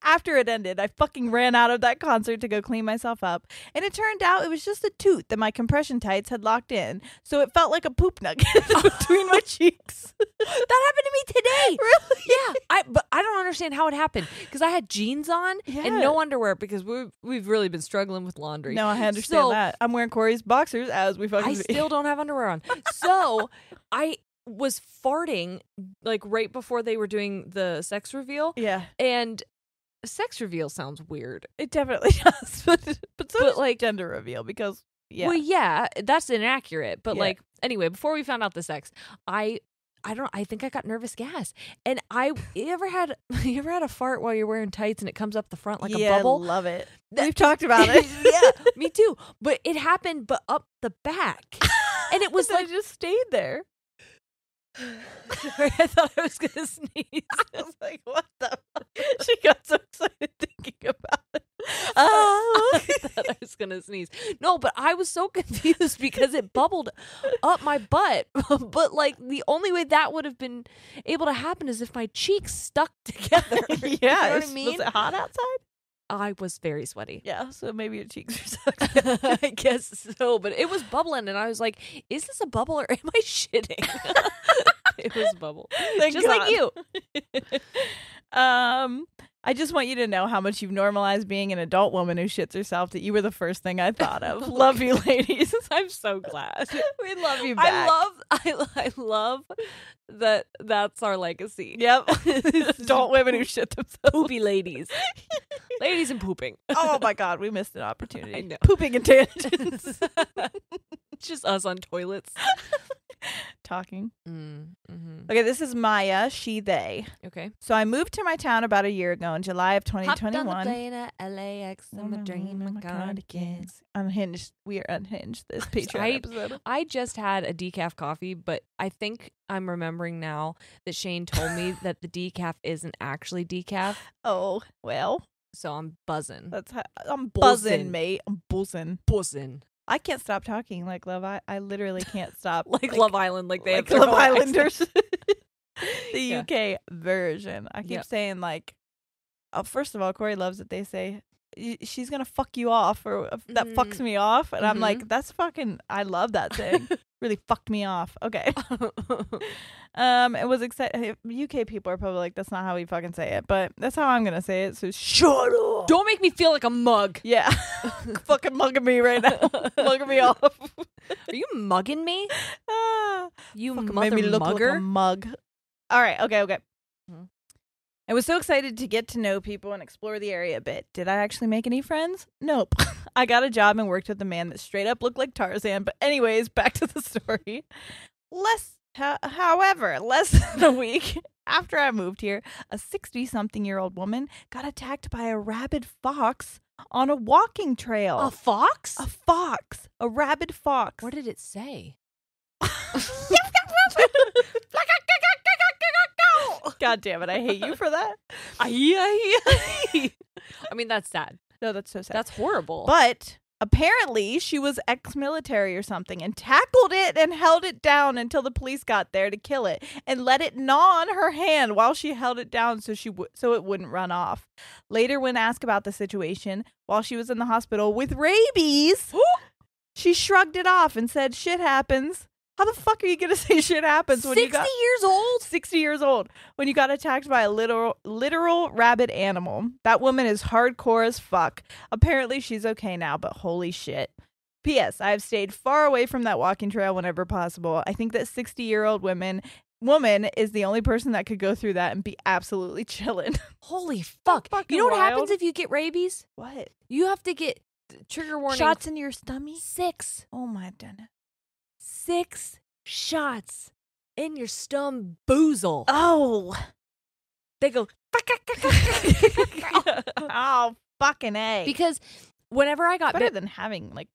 Speaker 2: After it ended, I fucking ran out of that concert to go clean myself up. And it turned out it was just a tooth that my compression tights had locked in. So it felt like a poop nugget <laughs> between my cheeks. <laughs>
Speaker 3: that happened to me today.
Speaker 2: really?
Speaker 3: Yeah, I but I don't understand how it happened because I had jeans on and no underwear because we we've really been struggling with laundry.
Speaker 2: No, I understand
Speaker 3: So,
Speaker 2: that. I'm wearing Corey's boxers as we fucking
Speaker 3: I
Speaker 2: speak.
Speaker 3: still don't have underwear on. So I was farting like right before they were doing the sex reveal,
Speaker 2: <laughs> Yeah,
Speaker 3: and sex reveal sounds weird.
Speaker 2: it definitely <laughs> does. But, but so
Speaker 3: But,
Speaker 2: does
Speaker 3: like-
Speaker 2: gender reveal because, yeah.
Speaker 3: Well, yeah, that's inaccurate. But
Speaker 2: Yeah.
Speaker 3: like, anyway, before we found out the sex, I, I don't. I think I got nervous gas, and I you ever had <laughs> you ever had a fart while you're wearing tights and it comes up the front like
Speaker 2: yeah,
Speaker 3: a bubble.
Speaker 2: love it.
Speaker 3: That-
Speaker 2: We've
Speaker 3: <laughs>
Speaker 2: talked about it.
Speaker 3: yeah, me too. But it happened, but up the back, and
Speaker 2: <laughs>
Speaker 3: it was
Speaker 2: They
Speaker 3: like
Speaker 2: just stayed there.
Speaker 3: Sorry, <laughs> I thought I was gonna sneeze.
Speaker 2: <laughs> I was like, what the fuck? <laughs> She got so excited thinking about
Speaker 3: <laughs>
Speaker 2: it. <laughs> Oh,
Speaker 3: I thought I was gonna sneeze. No, but I was so <laughs> confused because it bubbled up my butt. <laughs> but like the only way that would have been able to happen is if my cheeks stuck <laughs>
Speaker 2: <laughs>
Speaker 3: together.
Speaker 2: <laughs> yeah.
Speaker 3: you know what I
Speaker 2: it's-
Speaker 3: mean.
Speaker 2: Was it hot outside?
Speaker 3: I was very sweaty.
Speaker 2: Yeah, so maybe your cheeks are
Speaker 3: <laughs>
Speaker 2: sucked.
Speaker 3: I guess so, but it was bubbling, and I was like, "Is this a bubble or <laughs> am I shitting?" <laughs> it was bubble,
Speaker 2: <laughs> Thank
Speaker 3: just like you.
Speaker 2: <laughs> you. um, I just want you to know how much you've normalized being an adult woman who shits herself. That you were the first thing I thought <laughs> of. Love you, ladies. <laughs>
Speaker 3: I'm so <laughs> glad.
Speaker 2: we love you.
Speaker 3: I
Speaker 2: Back.
Speaker 3: love, <laughs> I, lo- I love that. That's our legacy. <laughs>
Speaker 2: Yep, adult women who shit themselves.
Speaker 3: poopy <laughs> ladies, ladies and <laughs> pooping.
Speaker 2: Oh my god, we <laughs> missed an opportunity.
Speaker 3: I know.
Speaker 2: Pooping and <laughs> tangents.
Speaker 3: it's just us on <laughs> toilets.
Speaker 2: Talking.
Speaker 3: Mm, mhm.
Speaker 2: Okay, this is Maya. She they.
Speaker 3: Okay.
Speaker 2: So I moved to my town about a year ago in July of
Speaker 3: Hopped on the
Speaker 2: 2021.
Speaker 3: plane at LAX. I'm a dream of Mm-hmm, cardigans.
Speaker 2: Unhinged. We are unhinged. <laughs> This Patreon
Speaker 3: I-
Speaker 2: episode.
Speaker 3: I just had a decaf coffee, but I think I'm remembering now that Shane told <laughs> me that the decaf isn't actually decaf,
Speaker 2: Oh well,
Speaker 3: so I'm buzzing.
Speaker 2: that's how, I'm buzzing,
Speaker 3: Buzzin'.
Speaker 2: mate. I'm buzzing.
Speaker 3: Buzzing.
Speaker 2: I can't stop talking like Love. I I literally
Speaker 3: <laughs>
Speaker 2: can't stop
Speaker 3: Like, Love Island, like they
Speaker 2: like
Speaker 3: have
Speaker 2: Love
Speaker 3: their own accent.
Speaker 2: Islanders. <laughs> the
Speaker 3: Yeah.
Speaker 2: UK version. I keep
Speaker 3: Yep.
Speaker 2: saying like, oh, first of all, Corey loves it. They say "Y- she's gonna fuck you off or that uh, fucks me off, and I'm
Speaker 3: Mhm. <laughs>
Speaker 2: like, that's fucking. I love that thing. really fucked me off. Okay. <laughs> um, it was excited. UK people are probably like, that's not how we fucking say it, but that's how I'm gonna say it. So shut up.
Speaker 5: <laughs> Don't make me feel like a mug.
Speaker 3: <laughs>
Speaker 2: Yeah, <laughs> fucking mugging me right now. mugging me off.
Speaker 5: Are you mugging me?
Speaker 2: Ah,
Speaker 5: You
Speaker 2: fucking
Speaker 5: mother
Speaker 2: made me look
Speaker 5: mugger.
Speaker 2: like a mug. All right. Okay. Okay.
Speaker 5: Mhm.
Speaker 2: Mm-hmm. I was so excited to get to know people and explore the area a bit. Did I actually make any friends? Nope. <laughs> I got a job and worked with a man that straight up looked like Tarzan. But anyways, back to the <laughs> story. Less, ho- however, less <laughs> than a week after I moved here, a 60-something-year-old woman got attacked by a rabid fox on a walking trail.
Speaker 5: A fox?
Speaker 2: A fox, a rabid fox.
Speaker 5: What did it say?
Speaker 2: God damn it! I hate you for that.
Speaker 5: <laughs> I mean, that's sad.
Speaker 2: No, that's so sad.
Speaker 5: That's horrible.
Speaker 2: but apparently she was ex-military or something and tackled it and held it down until the police got there to kill it and let it gnaw on her hand while she held it down so she w- so it wouldn't run off. Later, when asked about the situation while she was in the hospital with
Speaker 5: <gasps>
Speaker 2: rabies, she shrugged it off and said, "Shit happens." How the fuck are you gonna <laughs> say shit happens when you
Speaker 5: 60
Speaker 2: got
Speaker 5: years old?
Speaker 2: 60 years old when you got attacked by a literal literal rabid animal. That woman is hardcore as fuck. Apparently she's okay now, but holy shit. P.S. I've stayed far away from that walking trail whenever possible. I think that 60 year old women woman is the only person that could go through that and be absolutely <laughs> chilling.
Speaker 5: Holy fuck.
Speaker 2: fucking
Speaker 5: You know what happens
Speaker 2: wild.
Speaker 5: if you get rabies?
Speaker 2: What?
Speaker 5: You have to get trigger warning
Speaker 2: Shots in your stomach?
Speaker 5: six.
Speaker 2: Oh my goodness.
Speaker 5: six shots in your stum boozle.
Speaker 2: <laughs> Oh.
Speaker 5: They go <laughs>
Speaker 2: oh, fucking A.
Speaker 5: because whenever I got
Speaker 2: Better
Speaker 5: bit
Speaker 2: than having like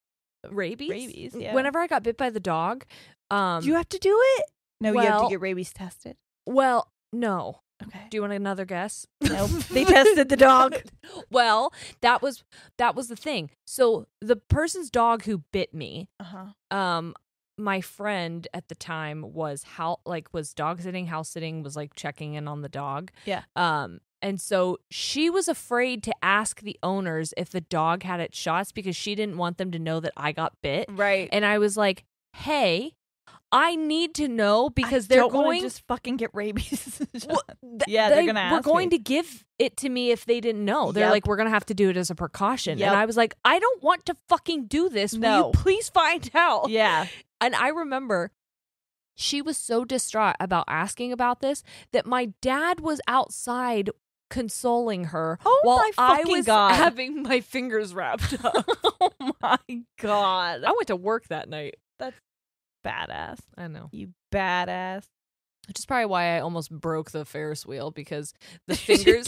Speaker 5: rabies,
Speaker 2: rabies, yeah.
Speaker 5: whenever I got bit by the dog, um,
Speaker 2: Do you have to do it? No, you have to
Speaker 5: well-
Speaker 2: get rabies tested.
Speaker 5: well, no.
Speaker 2: Okay.
Speaker 5: Do you want another guess? <laughs>
Speaker 2: Nope. They tested the dog.
Speaker 5: well, that was that was the thing. So the person's dog who bit me,
Speaker 2: Uh-huh.
Speaker 5: um my friend at the time was how like was dog sitting house sitting was like checking in on the dog
Speaker 2: Yeah.
Speaker 5: um and so she was afraid to ask the owners if the dog had its shots because she didn't want them to know that i got bit
Speaker 2: Right.
Speaker 5: and i was like hey i need to know because they're
Speaker 2: don't wanna
Speaker 5: going <laughs>
Speaker 2: just fucking get rabies. <laughs>
Speaker 5: Well, th-
Speaker 2: Yeah, they're
Speaker 5: they
Speaker 2: gonna
Speaker 5: We're
Speaker 2: ask
Speaker 5: going
Speaker 2: me.
Speaker 5: to give it to me if they didn't know. They're
Speaker 2: Yep.
Speaker 5: like, we're gonna have to do it as a precaution.
Speaker 2: Yep.
Speaker 5: And I was like, I don't want to fucking do this. Will
Speaker 2: No.
Speaker 5: you please find
Speaker 2: <laughs>
Speaker 5: out?
Speaker 2: yeah.
Speaker 5: And I remember she was so distraught about asking about this that my dad was outside consoling her
Speaker 2: Oh
Speaker 5: while
Speaker 2: my
Speaker 5: I
Speaker 2: fucking
Speaker 5: was
Speaker 2: God.
Speaker 5: having my fingers <laughs> wrapped up. oh my.
Speaker 2: God.
Speaker 5: I went to work that night.
Speaker 2: Badass.
Speaker 5: I know.
Speaker 2: You <laughs> badass.
Speaker 5: Which is probably why I almost broke the Ferris wheel <laughs> because the fingers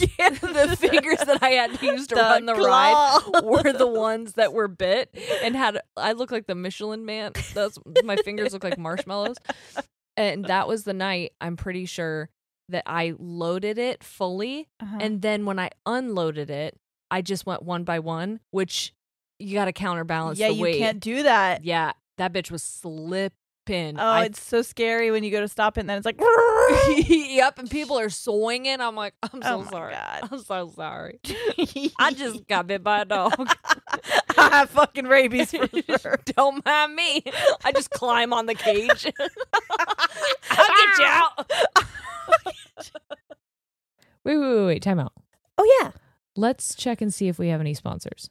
Speaker 2: <laughs>
Speaker 5: the fingers that I had to use to
Speaker 2: The
Speaker 5: run the
Speaker 2: claw.
Speaker 5: ride
Speaker 2: <laughs>
Speaker 5: were <laughs> the ones that were bit and had I look like the Michelin man. That's my fingers look like marshmallows. And that was the night I'm pretty sure that I loaded it fully
Speaker 2: Uh-huh.
Speaker 5: and then when I unloaded it, I just went one by one, which you got to counterbalance
Speaker 2: yeah,
Speaker 5: the
Speaker 2: you
Speaker 5: weight.
Speaker 2: can't do that.
Speaker 5: yeah, that bitch was slipping.
Speaker 2: Oh,
Speaker 5: I
Speaker 2: it's <laughs> so scary when you go to stop it and then it's like <laughs>
Speaker 5: <laughs> yep, and people are swinging. I'm like, I'm so
Speaker 2: Oh my <laughs>
Speaker 5: sorry.
Speaker 2: God.
Speaker 5: I'm so sorry. I just got bit by a dog.
Speaker 2: <laughs>
Speaker 5: <laughs>
Speaker 2: I have fucking rabies <laughs> for sure.
Speaker 5: Don't mind me. I just climb on
Speaker 2: <laughs>
Speaker 5: the cage. <laughs> I'll get you out. wait, wait, wait, wait. Time out.
Speaker 2: Oh yeah.
Speaker 8: Let's check and see if we have any
Speaker 5: <laughs>
Speaker 8: sponsors.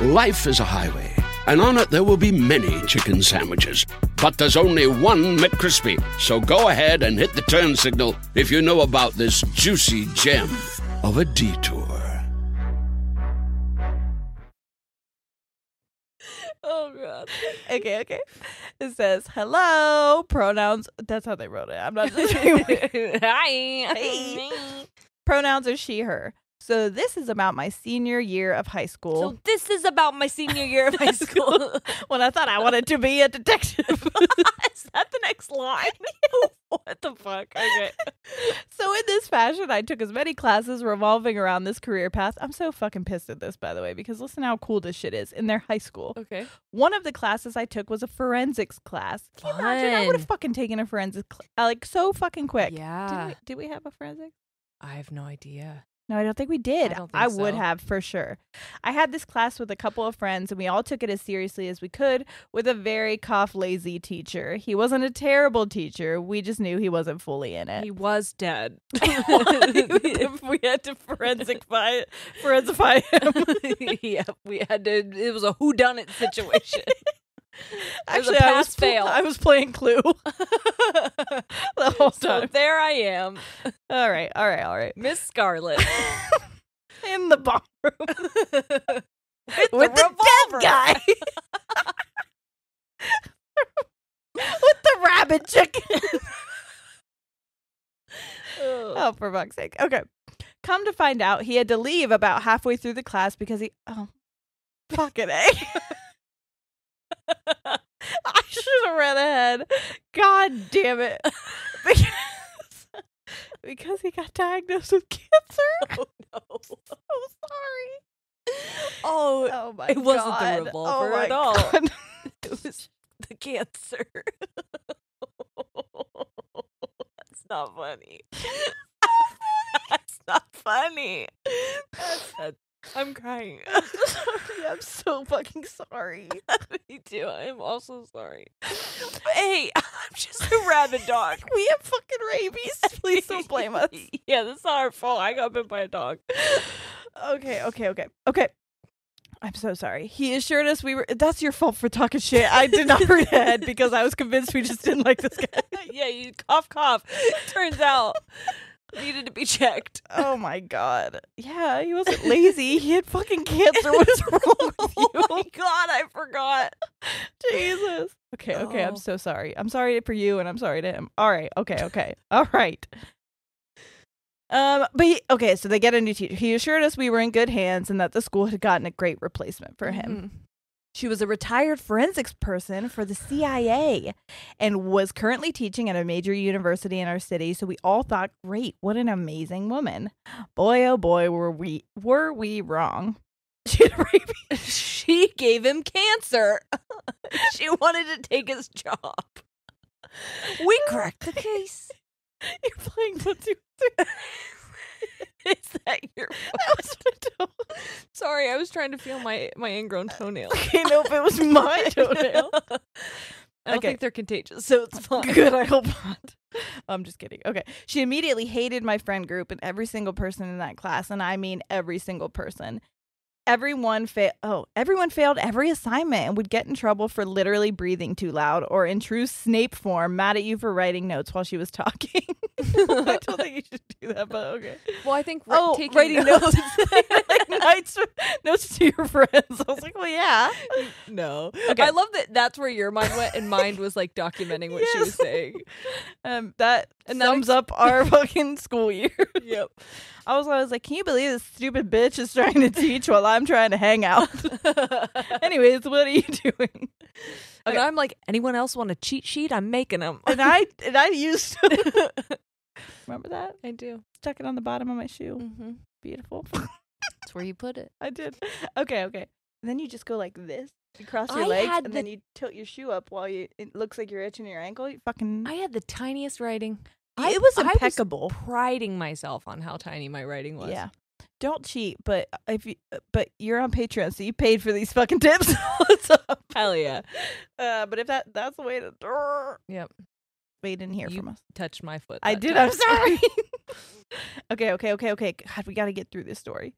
Speaker 7: Life is a highway, and on it there will be many chicken sandwiches. But there's only one McCrispy. So go ahead and hit the turn signal if you know about this juicy gem of a detour.
Speaker 2: Oh god. Okay, okay. It says hello pronouns. That's how they <laughs> wrote it. I'm not just
Speaker 5: Hi.
Speaker 2: Pronouns are she, her. So this is about my senior year of high school.
Speaker 9: So this is about my senior year
Speaker 5: <laughs>
Speaker 9: of high school.
Speaker 2: <laughs> when I thought I wanted to be a detective. <laughs>
Speaker 9: is that the next line? what the fuck? Okay.
Speaker 2: so in this fashion, I took as many classes revolving around this career path. I'm so fucking pissed at this, by the way, because listen how cool this shit is in their high school.
Speaker 5: Okay.
Speaker 2: One of the classes I took was a forensics class. Can you imagine? I would have
Speaker 5: Fun.
Speaker 2: fucking taken a forensics cl- uh, like so fucking quick. Did
Speaker 3: Yeah.
Speaker 2: we, did we have a forensics?
Speaker 3: I have no
Speaker 5: <laughs>
Speaker 3: idea.
Speaker 2: No, I don't think we did. I,
Speaker 3: don't think
Speaker 2: would
Speaker 3: so.
Speaker 2: have for sure. I had this class with a couple of friends, and we all took it as seriously as we could with a very cough lazy teacher. He wasn't a terrible teacher. We just knew he wasn't fully in <laughs> it.
Speaker 5: He was dead.
Speaker 2: <laughs>
Speaker 9: if we had to forensic it, forensify him. yeah, we had to. It was a whodunit situation.
Speaker 2: <laughs>
Speaker 9: was a
Speaker 2: Actually, I was
Speaker 9: pass fail.
Speaker 2: I was
Speaker 9: <laughs>
Speaker 2: playing Clue the whole
Speaker 9: so
Speaker 2: time.
Speaker 9: there I am,
Speaker 2: <laughs> all right, all right, all right.
Speaker 9: Miss Scarlet,
Speaker 2: <laughs> In the bar room
Speaker 9: <laughs> with,
Speaker 2: with the,
Speaker 9: revolver. <laughs>
Speaker 2: dead guy. with the rabbit chicken.
Speaker 9: Ugh.
Speaker 2: Oh, for fuck's sake. Okay. Come to find out, he had to leave about halfway through the class because he. Oh, fucking A. I should have read ahead. God damn
Speaker 9: <laughs>
Speaker 2: it. Because, because he got diagnosed with cancer. Oh, <laughs> no. so sorry.
Speaker 5: <laughs>
Speaker 9: Oh,
Speaker 2: Oh, my
Speaker 9: it wasn't
Speaker 2: God.
Speaker 9: the
Speaker 2: Oh,
Speaker 9: revolver
Speaker 2: my
Speaker 9: at all.
Speaker 2: God.
Speaker 9: it was the cancer. <laughs> That's not
Speaker 2: <laughs>
Speaker 9: funny. <laughs> That's not funny. That's, that's, I'm crying.
Speaker 2: <laughs> Sorry, I'm so fucking sorry.
Speaker 9: <laughs> Me too. I am also
Speaker 2: <laughs>
Speaker 9: sorry. Hey, <laughs> I'm just a rabid dog.
Speaker 2: We have fucking
Speaker 9: <laughs>
Speaker 2: rabies. Please don't blame us.
Speaker 9: yeah, this is our fault. I got bit by a dog.
Speaker 2: <laughs> okay, okay, okay, okay. I'm so sorry. He assured us we were. That's your fault for talking shit. I did not read ahead because I was convinced we just didn't like this guy.
Speaker 9: <laughs> yeah, you cough, cough. Turns out needed to be checked.
Speaker 2: Oh my god. Yeah, he wasn't lazy. He had fucking cancer. What is wrong with you?
Speaker 9: <laughs> Oh my god, I forgot.
Speaker 2: Jesus. Okay, okay. I'm
Speaker 9: Oh.
Speaker 2: so sorry. I'm sorry for you and I'm sorry to him. All right. Okay, okay. <laughs> All right. Um, but he, okay, so they get a new teacher. He assured us we were in good hands and that the school had gotten a great replacement for him. Mm-hmm. She was a retired forensics person for the CIA and was currently teaching at a major university in our city, so we all thought, "Great, what an amazing woman." Boy, oh boy, were we were we wrong. She
Speaker 9: <laughs>
Speaker 2: had rabies.
Speaker 9: she gave him cancer. <laughs> she wanted to take his job. We cracked the case.
Speaker 2: <laughs> You're playing one, two, <laughs> three.
Speaker 9: Is that your
Speaker 2: <laughs> That was my toe.
Speaker 5: Sorry, I was trying to feel my
Speaker 9: <laughs>
Speaker 5: my ingrown toenail.
Speaker 2: Okay, nope, it was my <laughs> toenail.
Speaker 5: I don't
Speaker 2: Okay.
Speaker 5: think they're contagious,
Speaker 2: <laughs>
Speaker 5: so it's fine.
Speaker 2: Good, I hope not. I'm just kidding. Okay. She immediately hated my friend group and every single person in that class, and I mean every single person. Everyone failed. Oh, everyone failed every assignment and would get in trouble for literally breathing too loud or, in true Snape form, mad at you for writing notes while she was talking. <laughs> I don't think you should do that, but
Speaker 5: <laughs>
Speaker 2: okay.
Speaker 5: Well, I think ri-
Speaker 2: Oh,
Speaker 5: taking
Speaker 2: writing notes,
Speaker 5: <laughs>
Speaker 2: <laughs> like nights, notes to your <laughs> friends. I was like, well, yeah.
Speaker 5: No. I love that that's where your mind went and mine was like documenting <laughs> what she was
Speaker 2: Yes. <laughs>
Speaker 5: saying.
Speaker 2: Um, that
Speaker 5: And that
Speaker 2: sums
Speaker 5: ex-
Speaker 2: up our <laughs> fucking school year. Yep. I was, I was like, can you believe this stupid bitch is trying to teach while I'm trying to hang out? <laughs> Anyways, what are you <laughs> doing?
Speaker 5: And I'm like, anyone else want a cheat sheet? I'm making them.
Speaker 2: And I and I used <laughs> to remember that
Speaker 5: I do.
Speaker 2: stuck it on the bottom of my shoe.
Speaker 5: Mm-hmm.
Speaker 2: Beautiful.
Speaker 3: Mm. <laughs> That's where you put it.
Speaker 2: I did. Okay, okay. And then you just go like this. You cross your
Speaker 3: I
Speaker 2: legs
Speaker 3: had
Speaker 2: and then you tilt your shoe up while you it looks like you're itching your ankle. You fucking
Speaker 3: I had the tiniest writing.
Speaker 2: it was
Speaker 3: I
Speaker 2: impeccable.
Speaker 3: priding myself on how tiny my writing <laughs> was.
Speaker 2: Yeah. Don't cheat, but if you, but you're on Patreon, so you paid for these fucking tips. <laughs> What's up?
Speaker 5: Hell yeah.
Speaker 2: Uh, but if that that's the way to
Speaker 3: Yep.
Speaker 2: they didn't hear
Speaker 3: You-
Speaker 2: from us.
Speaker 3: Touch my foot.
Speaker 2: I
Speaker 3: that
Speaker 2: did.
Speaker 3: time.
Speaker 2: I'm
Speaker 5: <laughs>
Speaker 10: <laughs>
Speaker 2: sorry. <laughs> okay, okay, okay, okay. God, we got to get through this story.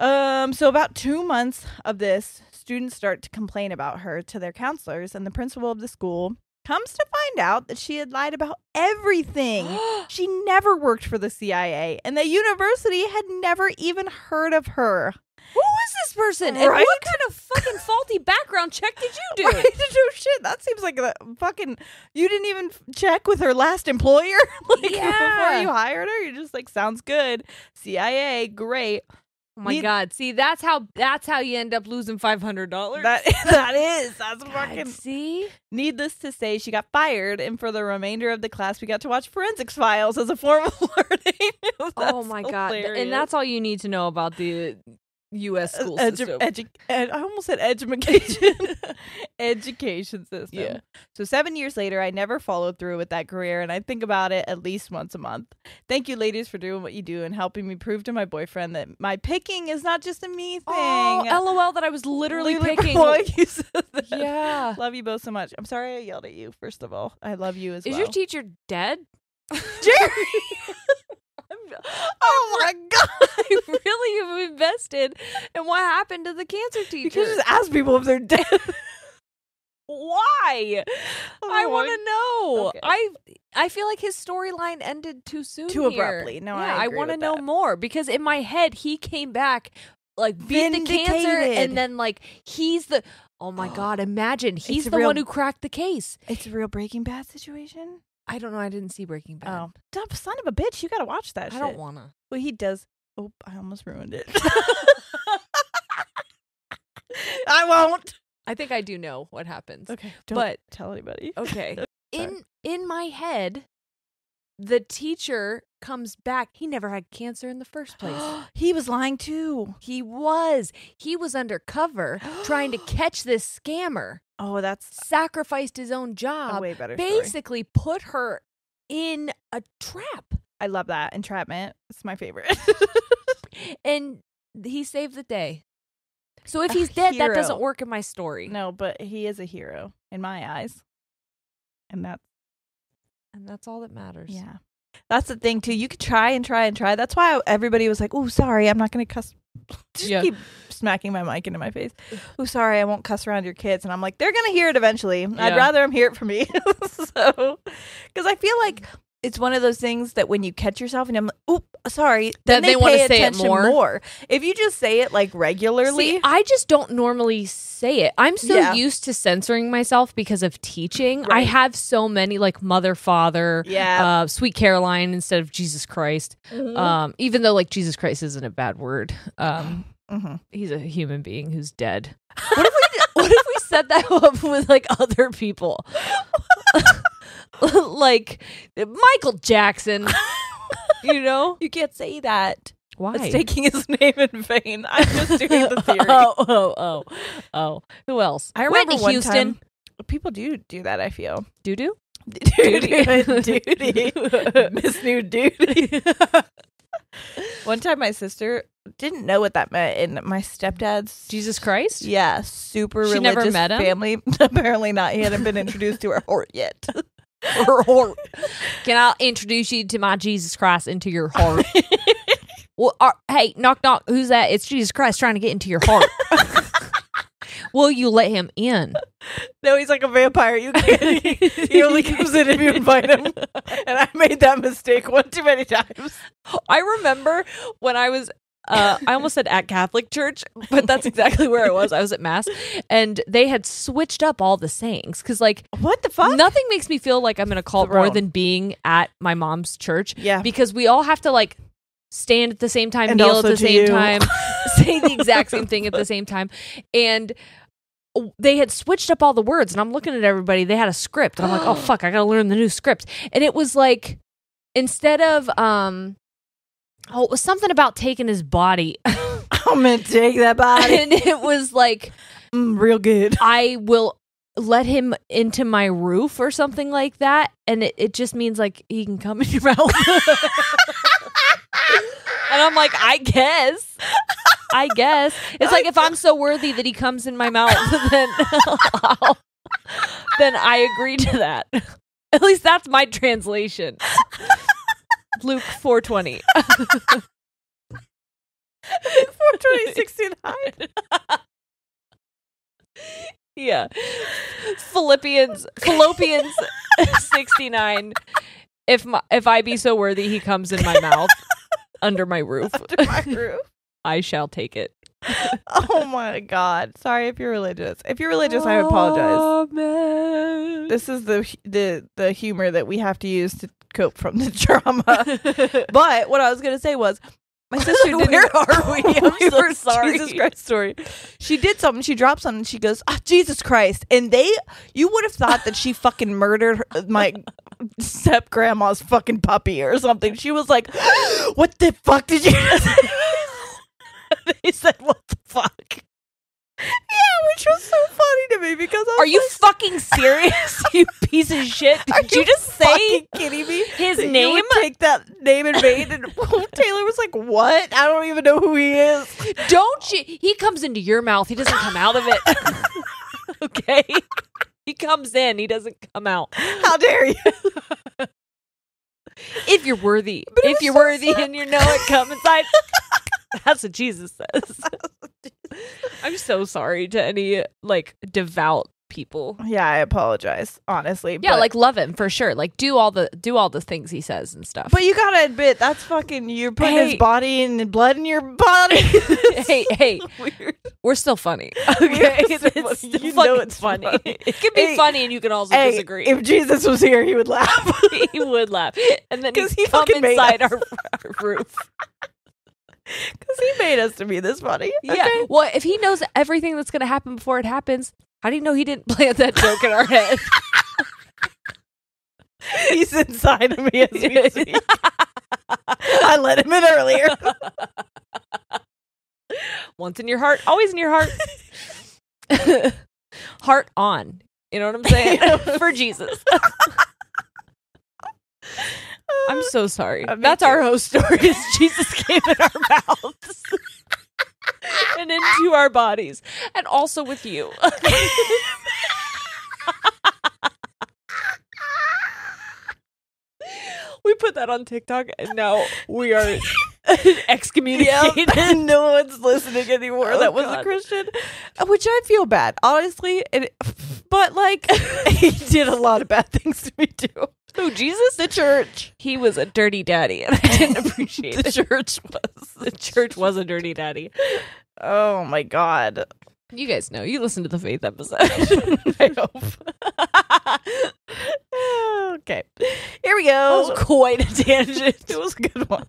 Speaker 2: Um, so about two months of this, students start to complain about her to their counselors, and the principal of the school comes to find out that she had lied about
Speaker 10: <gasps>
Speaker 2: everything. she never worked for the CIA, and the university had never even heard of her.
Speaker 10: Who is this person? And
Speaker 2: Right?
Speaker 10: what kind of fucking faulty background check
Speaker 2: <laughs>
Speaker 10: did you do?
Speaker 2: Right? No shit. That seems like a fucking. You didn't even f- check with her last employer, <laughs> like before
Speaker 10: Yeah.
Speaker 2: you hired her. You're just like, sounds good. CIA, great.
Speaker 5: Oh my
Speaker 2: Need-
Speaker 5: god! See, that's how that's how you end up losing five hundred dollars.
Speaker 2: That <laughs> that is. That's fucking.
Speaker 5: see,
Speaker 2: Needless to say, she got fired, and for the remainder of the class, we got to watch Forensics Files as a form of <laughs> learning.
Speaker 5: oh my god, Th- and that's all you need to know about the U.S. school <laughs>
Speaker 2: Edu-
Speaker 5: system.
Speaker 2: edu- ed- I almost said
Speaker 5: <laughs>
Speaker 2: education. education system. So seven years later, I never followed through with that career, and I think about it at least once a month. Thank you, ladies, for doing what you do and helping me prove to my boyfriend that my picking is not just a me thing.
Speaker 5: <laughs> Oh, lol, that I was literally,
Speaker 2: <laughs>
Speaker 5: picking.
Speaker 2: Why you said that.
Speaker 5: <laughs> Yeah.
Speaker 2: Love you both so much. I'm sorry I yelled at you. First of all, I love you as
Speaker 5: Is
Speaker 2: well.
Speaker 5: your teacher dead?
Speaker 2: Jerry.
Speaker 5: <laughs>
Speaker 2: <laughs> oh my god!
Speaker 5: I really am invested in what happened to
Speaker 2: <laughs>
Speaker 5: the cancer teacher.
Speaker 2: You can just ask people if they're dead.
Speaker 5: Why? I
Speaker 2: Oh, my-
Speaker 5: want to know.
Speaker 2: Okay.
Speaker 5: I I feel like his storyline ended too soon.
Speaker 2: Too
Speaker 5: here.
Speaker 2: abruptly. No, I
Speaker 5: Yeah,
Speaker 2: agree
Speaker 5: wanna
Speaker 2: with
Speaker 5: know
Speaker 2: that.
Speaker 5: more because in my head he came back like beat the cancer
Speaker 2: Vindicated.
Speaker 5: and then like he's the oh
Speaker 2: <gasps>
Speaker 5: my god imagine he's
Speaker 2: a
Speaker 5: the
Speaker 2: real-
Speaker 5: one who cracked the case.
Speaker 2: It's a real Breaking Bad situation.
Speaker 5: I don't know. I didn't see Breaking Bad.
Speaker 2: Oh, dumb son of a bitch! You gotta watch that.
Speaker 5: I
Speaker 2: shit.
Speaker 5: don't wanna.
Speaker 2: Well, he does. Oh, I almost ruined
Speaker 5: <laughs>
Speaker 2: it. I won't.
Speaker 5: I think I do know what happens.
Speaker 2: Okay, don't
Speaker 5: But-
Speaker 2: tell anybody.
Speaker 5: Okay.
Speaker 2: <laughs>
Speaker 5: in in my head, the teacher comes back. He never had cancer in the first place.
Speaker 2: <gasps> he was lying too.
Speaker 5: He was. He was undercover trying to
Speaker 2: <gasps>
Speaker 5: catch this scammer.
Speaker 2: Oh, that's
Speaker 5: Sacrificed his own job.
Speaker 2: way better story.
Speaker 5: Basically, put her in a trap,
Speaker 2: I love that entrapment. It's my favorite.
Speaker 5: <laughs> and he saved the day. So if he's dead, that doesn't
Speaker 2: hero.
Speaker 5: work in my story.
Speaker 2: no, but he is a hero in my eyes, and that's
Speaker 5: and that's all that matters.
Speaker 2: yeah. That's the thing too. You could try and try and try. That's why everybody was like, "Oh, sorry, I'm not going to cuss." <laughs> Just
Speaker 5: Yeah.
Speaker 2: keep smacking my mic into my face. Oh, sorry, I won't cuss around your kids. And I'm like, they're going to hear it eventually. I'd
Speaker 5: Yeah.
Speaker 2: rather them hear it from me. <laughs> so, because I feel like it's one of those things that when you catch yourself and I'm like, "Oop, sorry," then
Speaker 5: Then
Speaker 2: they,
Speaker 5: they wanna
Speaker 2: pay
Speaker 5: say it
Speaker 2: attention
Speaker 5: more.
Speaker 2: If you just say it like regularly,
Speaker 5: See, I just don't normally say it. I'm so
Speaker 2: Yeah.
Speaker 5: used to censoring myself because of teaching. I
Speaker 2: Right.
Speaker 5: have so many like mother, father,
Speaker 2: Yeah. Mm-hmm.
Speaker 5: uh, sweet Caroline instead of Jesus Christ. Um, even though like Jesus Christ isn't a bad word. Um,
Speaker 2: Mhm.
Speaker 5: he's a human being who's dead. What if we, did- <laughs> what if we set that <laughs> up with like other people? <laughs> like Michael Jackson, you know?
Speaker 2: <laughs> you can't say that.
Speaker 5: <laughs> Why?
Speaker 2: It's taking his name in
Speaker 5: <laughs>
Speaker 2: vain. I'm just doing <laughs> the theory.
Speaker 5: Oh, oh, oh, oh. Who else?
Speaker 2: I remember
Speaker 5: Whitney
Speaker 2: one
Speaker 5: Houston.
Speaker 2: time- people do do that. I feel.
Speaker 5: Doo doo. <laughs>
Speaker 2: duty, duty, Miss New
Speaker 5: <laughs>
Speaker 2: Duty. One time, my sister didn't know what that meant, and my stepdad's
Speaker 5: Jesus Christ.
Speaker 2: yeah, super
Speaker 5: She
Speaker 2: religious
Speaker 5: never met him?
Speaker 2: family. <laughs> Apparently not. He hadn't been introduced to her heart yet. <laughs> her <laughs> heart.
Speaker 5: Can I introduce you to my Jesus Christ into your
Speaker 2: <laughs>
Speaker 5: heart? well, uh, hey, knock knock. Who's that? It's Jesus Christ trying to get into your
Speaker 2: <laughs>
Speaker 5: heart. Will you let him in?
Speaker 2: No, he's like a vampire. You can't. <laughs> He only comes in if you invite
Speaker 5: <laughs>
Speaker 2: him. And I made that mistake one too many times.
Speaker 5: <laughs> I remember when I was. Uh, I almost said at Catholic Church, but that's exactly where I was. I was at Mass, and they had switched up all the sayings because, like,
Speaker 2: What the fuck?
Speaker 5: Nothing makes me feel like I'm in a cult more
Speaker 2: Thrown.
Speaker 5: than being at my mom's church.
Speaker 2: Yeah.
Speaker 5: Because we all have to like stand at the same time,
Speaker 2: And
Speaker 5: kneel at
Speaker 2: also
Speaker 5: the
Speaker 2: to
Speaker 5: same
Speaker 2: you. <laughs>
Speaker 5: time, say the exact same thing at the same time. And they had switched up all the words, and I'm looking at everybody. They had a script, and I'm
Speaker 2: <gasps>
Speaker 5: like, oh fuck, I gotta learn the new script. And it was like instead of um, oh, it was something about taking his body,
Speaker 2: <laughs> I'm gonna take that
Speaker 5: <laughs>
Speaker 2: body
Speaker 5: and it was like
Speaker 2: Mm, real good.
Speaker 5: I will let him into my roof or something like that. And it, it just means like he can come <laughs> in your mouth. and I'm like, I guess. I guess. It's like if I'm so worthy that he comes in my mouth, <laughs> then I'll- then I agree to
Speaker 3: <laughs>
Speaker 5: that. At least that's my
Speaker 2: <laughs>
Speaker 5: translation. Luke 420.
Speaker 2: 420, 16 high.
Speaker 3: <laughs> yeah. Philippians
Speaker 2: <laughs>
Speaker 3: Philippians 69. If my, if I be so worthy he comes in my mouth under my roof.
Speaker 2: <laughs> Under my roof.
Speaker 3: I shall take it.
Speaker 2: oh my god. Sorry if you're religious. If you're religious,
Speaker 5: <laughs>
Speaker 2: I apologize.
Speaker 3: Amen.
Speaker 2: This is the the the humor that we have to use to cope from the <laughs> drama. but what I was gonna say was my
Speaker 9: <laughs>
Speaker 2: sister did
Speaker 9: Where
Speaker 2: <laughs>
Speaker 9: are we? I'm so sorry.
Speaker 2: Jesus Christ story. She did something. She dropped something. She goes, "Ah, Jesus Christ!" And they, you would have thought that
Speaker 9: <laughs>
Speaker 2: she fucking murdered her, my step grandma's fucking puppy or something. She was like, "What the fuck did you?" <laughs> just say?" they said, "What the fuck?" Yeah, which was so funny to me because I was
Speaker 3: Are you
Speaker 2: like,
Speaker 3: fucking serious? <laughs> you piece of shit.
Speaker 2: Are
Speaker 3: Did you, just say <laughs>
Speaker 2: fucking kidding me?
Speaker 3: his
Speaker 2: That you would
Speaker 3: name?
Speaker 2: take that name in
Speaker 3: <laughs>
Speaker 2: vain, and <laughs> Taylor was like, "What? I don't even know who he is."
Speaker 3: <laughs> Don't you? He comes into your mouth. He doesn't come out of it. <laughs> okay. He comes in. He doesn't come out.
Speaker 2: How dare you?
Speaker 3: Um, If you're worthy, if you're worthy, and you know it, come <laughs> inside. That's what Jesus says. <laughs> I'm so sorry to any like devout people.
Speaker 2: Yeah, I apologize, honestly.
Speaker 3: Yeah,
Speaker 2: but,
Speaker 3: like love him for sure. Like do all the do all the things he says and stuff.
Speaker 2: But you gotta admit that's fucking. You're putting
Speaker 3: Hey.
Speaker 2: his body and the blood in
Speaker 3: <laughs>
Speaker 2: your body.
Speaker 3: <laughs> hey, hey,
Speaker 2: Weird.
Speaker 3: we're still
Speaker 2: <laughs>
Speaker 3: funny. <laughs> Okay,
Speaker 2: We're still
Speaker 3: it's
Speaker 2: funny.
Speaker 3: still
Speaker 2: You know
Speaker 3: fucking
Speaker 2: it's
Speaker 3: funny. <laughs>
Speaker 2: funny.
Speaker 3: It can be
Speaker 2: Hey,
Speaker 3: funny, and you can also
Speaker 2: Hey,
Speaker 3: disagree. <laughs>
Speaker 2: if Jesus was here, he would laugh. <laughs>
Speaker 3: he would laugh, and then
Speaker 2: 'Cause
Speaker 3: he'd
Speaker 2: he
Speaker 3: come
Speaker 2: fucking made
Speaker 3: inside
Speaker 2: us.
Speaker 3: our, our
Speaker 2: <laughs>
Speaker 3: roof.
Speaker 2: Because he made us to be this funny.
Speaker 3: Yeah.
Speaker 2: Okay?
Speaker 3: Well, if he knows everything that's going to happen before it happens, how do you know he didn't plant that joke in our head?
Speaker 2: He's inside of me as
Speaker 3: <laughs>
Speaker 2: we speak. I let him in earlier.
Speaker 3: Once in your heart, always in your
Speaker 2: <laughs>
Speaker 3: heart. <laughs> heart on. You know what I'm saying? <laughs> For Jesus. I'm so sorry.
Speaker 2: Uh, me
Speaker 3: That's our
Speaker 2: too.
Speaker 3: host story. Is Jesus came in our mouths and into our bodies, and also with you. <laughs> we put that on TikTok, and now we
Speaker 2: <laughs>
Speaker 3: are excommunicated.
Speaker 2: Yeah, <laughs> no one's listening anymore.
Speaker 3: Oh,
Speaker 2: that was
Speaker 3: God.
Speaker 2: a Christian, Uh, which I feel bad, honestly. And, <laughs> but like, <laughs> he did a lot of bad things to me too.
Speaker 3: Who Jesus?
Speaker 2: The church,
Speaker 3: He was a dirty daddy, and I didn't appreciate
Speaker 2: <laughs> the
Speaker 3: it.
Speaker 2: church was
Speaker 3: The church was a dirty daddy.
Speaker 2: Oh my god.
Speaker 3: You guys know. You listen to the faith episode.
Speaker 2: <laughs> I hope. <laughs> okay, here we go.
Speaker 3: quite a tangent.
Speaker 2: <laughs> It was a good one.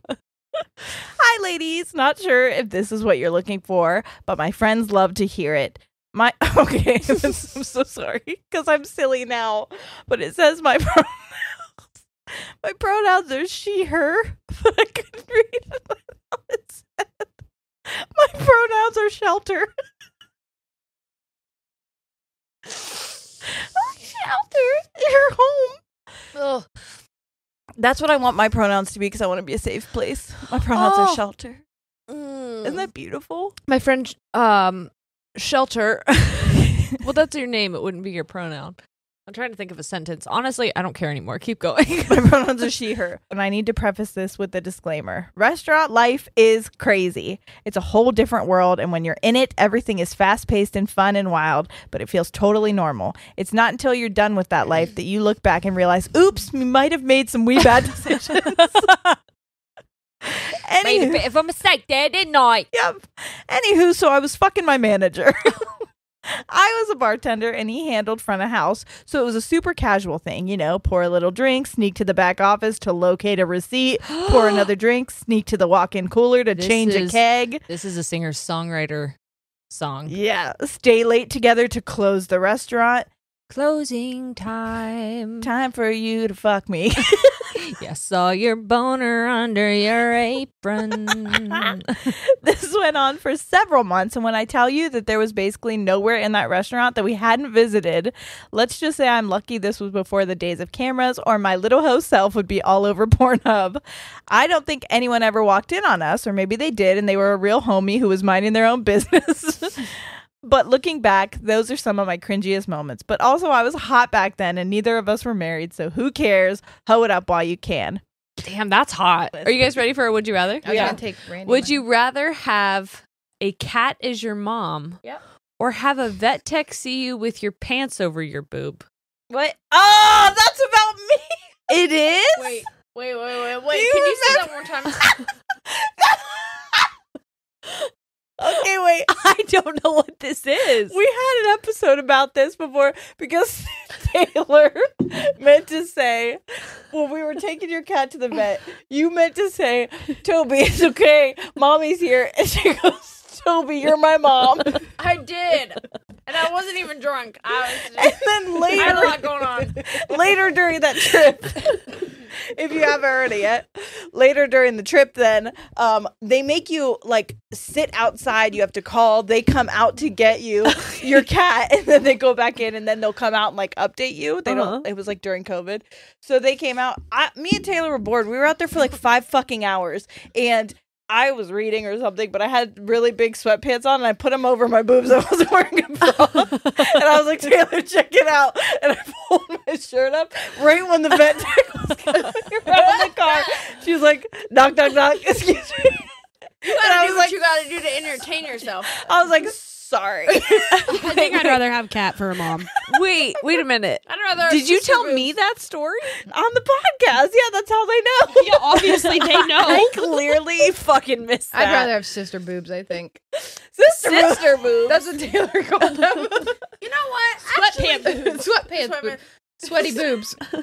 Speaker 2: Hi, ladies. Not sure if this is what you're looking for, but my friends love to hear it. My <laughs> okay, I'm so sorry because I'm silly now, but it says my <laughs> pronouns. My pronouns are she, her, <laughs> but I couldn't read <laughs> it. It said my pronouns are shelter. <laughs> shelter, your home. That's what I want my pronouns to be because I want to be a safe place. My pronouns
Speaker 3: Oh.
Speaker 2: are shelter. Isn't that beautiful?
Speaker 3: My friend, um, <laughs> shelter. well, that's your name. It wouldn't be your pronoun. I'm trying to think of a sentence. Honestly, I don't care anymore. Keep <laughs> going.
Speaker 2: My pronouns are she, her. And I need to preface this with a disclaimer restaurant life is crazy. It's a whole different world. And when you're in it, everything is fast paced and fun and wild, but it feels totally normal. It's not until you're done with that life that you look back and realize, oops, we might have made some wee bad decisions. <laughs>
Speaker 3: Made a
Speaker 2: Anywho,
Speaker 3: bit of a mistake there, didn't I?
Speaker 2: Yep. Anywho, so I was fucking my manager. <laughs> I was a bartender and he handled front of house, so it was a super casual thing, you know, pour a little drink, sneak to the back office to locate a receipt,
Speaker 3: <gasps>
Speaker 2: pour another drink, sneak to the walk-in cooler to
Speaker 3: This
Speaker 2: change
Speaker 3: is-
Speaker 2: a keg.
Speaker 3: This is a singer songwriter song.
Speaker 2: Yeah, stay late together to close the restaurant.
Speaker 3: Closing time.
Speaker 2: Time for you to fuck me.
Speaker 3: Yeah, saw your boner under your apron.
Speaker 2: <laughs> this went on for several months and when i tell you that there was basically nowhere in that restaurant that we hadn't visited let's just say i'm lucky this was before the days of cameras or my little host self would be all over <laughs> pornhub i don't think anyone ever walked in on us or maybe they did and they were a real homie who was minding their own <laughs> business But looking back, those are some of my cringiest moments. But also, I was hot back then, and neither of us were married, so who cares? Hoe it up while you can.
Speaker 3: <laughs> Damn, that's hot. Are you guys ready for a would you
Speaker 5: Oh,
Speaker 3: rather?
Speaker 2: Yeah.
Speaker 3: Would you rather have a cat as your mom
Speaker 9: Yep.
Speaker 5: or have a vet tech see you with your pants over your boob.
Speaker 2: What? Oh, that's about me. It is.
Speaker 3: Wait, wait, wait, wait, wait.
Speaker 2: Do you
Speaker 3: Can you say that one
Speaker 2: remember-
Speaker 3: more time?
Speaker 2: <laughs> okay, wait.
Speaker 5: I don't know what this is.
Speaker 2: We had an episode about this before because <laughs> Taylor meant to say when we were taking your cat to the vet, you meant to say, "Toby, it's okay. Mommy's here." And she goes, "Toby, you're my mom." And
Speaker 3: I did, and I wasn't even drunk. I was. Just,
Speaker 2: then
Speaker 3: I had a lot
Speaker 2: later,
Speaker 3: going on.
Speaker 2: <laughs> later during that trip, if you haven't heard it yet, later during the trip, then um, they make you like sit outside. You have to call. They come out to get you, your cat, and then they go back in, and then they'll come out and like update you. They don't. It was like during COVID, so they came out. I, me and Taylor were bored. We were out there for like five fucking hours, and. I was reading or something, but I had really big sweatpants on, and I put them over my boobs. <laughs> I wasn't wearing a bra, and I was like, "Taylor, check it out!" And I pulled my shirt up right when the vet tech
Speaker 3: <laughs>
Speaker 2: was coming around the car. She was like, "Knock, knock, knock." <laughs> Excuse me. and I was like,
Speaker 3: you gotta do to entertain yourself.
Speaker 2: I was like,
Speaker 3: <laughs>
Speaker 2: sorry.
Speaker 11: I think I'd rather have cat for a mom.
Speaker 5: Wait, wait
Speaker 3: <laughs>
Speaker 5: a minute.
Speaker 3: I don't know.
Speaker 5: Did you tell me that story?
Speaker 2: On the podcast, yeah, that's how
Speaker 3: <laughs>
Speaker 2: they know.
Speaker 11: Yeah, obviously they know.
Speaker 2: <laughs> I clearly fucking missed that.
Speaker 12: I'd rather have sister boobs, I think.
Speaker 2: <laughs> sister,
Speaker 5: Sister boobs.
Speaker 2: That's what Taylor called them.
Speaker 3: You know what?
Speaker 12: Sweatpants
Speaker 3: <laughs>
Speaker 12: boobs. Sweatpants boobs. Sweaty boobs.
Speaker 2: <laughs> I'd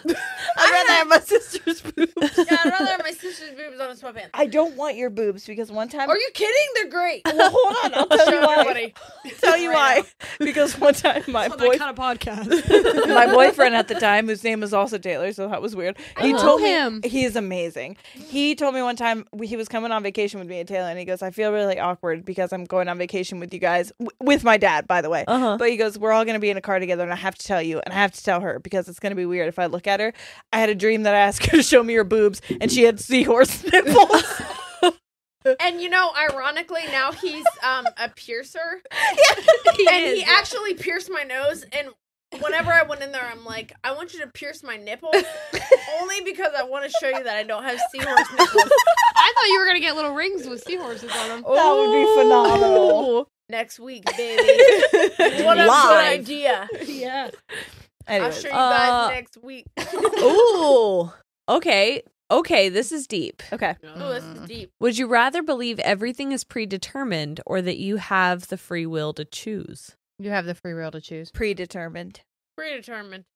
Speaker 2: rather have my sister's <laughs> boobs.
Speaker 3: Yeah, I'd rather have my sister's boobs on a sweatpants.
Speaker 2: I don't want your boobs because one time.
Speaker 3: Are you kidding? They're great.
Speaker 2: Well, hold on. I'll tell you
Speaker 3: Show
Speaker 2: why.
Speaker 3: everybody.
Speaker 2: <laughs> Tell you why. <laughs>
Speaker 3: Right
Speaker 2: Because one time my
Speaker 11: On
Speaker 2: boy
Speaker 11: that kind of podcast.
Speaker 2: my boyfriend at the time, whose name was also Taylor, so that was weird. He
Speaker 11: know
Speaker 2: told
Speaker 11: him.
Speaker 2: me he is amazing. He told me one time we- he was coming on vacation with me and Taylor, and he goes, "I feel really awkward because I'm going on vacation with you guys w- with my dad, by the way."
Speaker 3: Uh-huh.
Speaker 2: But he goes, "We're all going to be in a car together, and I have to tell you, and I have to tell her because it's going to be weird if I look at her. I had a dream that I asked her <laughs> to show me her boobs, and she had seahorse
Speaker 3: <laughs>
Speaker 2: <laughs> nipples."
Speaker 3: And you know, ironically, now he's um a
Speaker 5: <laughs>
Speaker 3: piercer, and he actually pierced my nose. And whenever I went in there, I'm like, I want you to pierce my nipple, only because I want to show you that I don't have seahorse
Speaker 2: <laughs>
Speaker 3: nipples.
Speaker 11: I thought you were gonna get little rings with seahorses on them.
Speaker 2: that would be phenomenal.
Speaker 3: Next week,
Speaker 2: <laughs>
Speaker 3: baby. What a good
Speaker 2: Live.
Speaker 3: idea!
Speaker 11: Yeah.
Speaker 3: I'll
Speaker 2: Anyways.
Speaker 3: show you guys
Speaker 5: Uh,
Speaker 3: <laughs> next week. <laughs>
Speaker 5: Ooh. Okay. Okay, this is deep.
Speaker 2: Okay.
Speaker 3: Ooh, this
Speaker 11: Mm.
Speaker 3: is deep.
Speaker 5: Would you rather believe everything is predetermined or that you have the free will to choose?
Speaker 12: You have the free will to choose.
Speaker 2: Predetermined.
Speaker 3: Predetermined.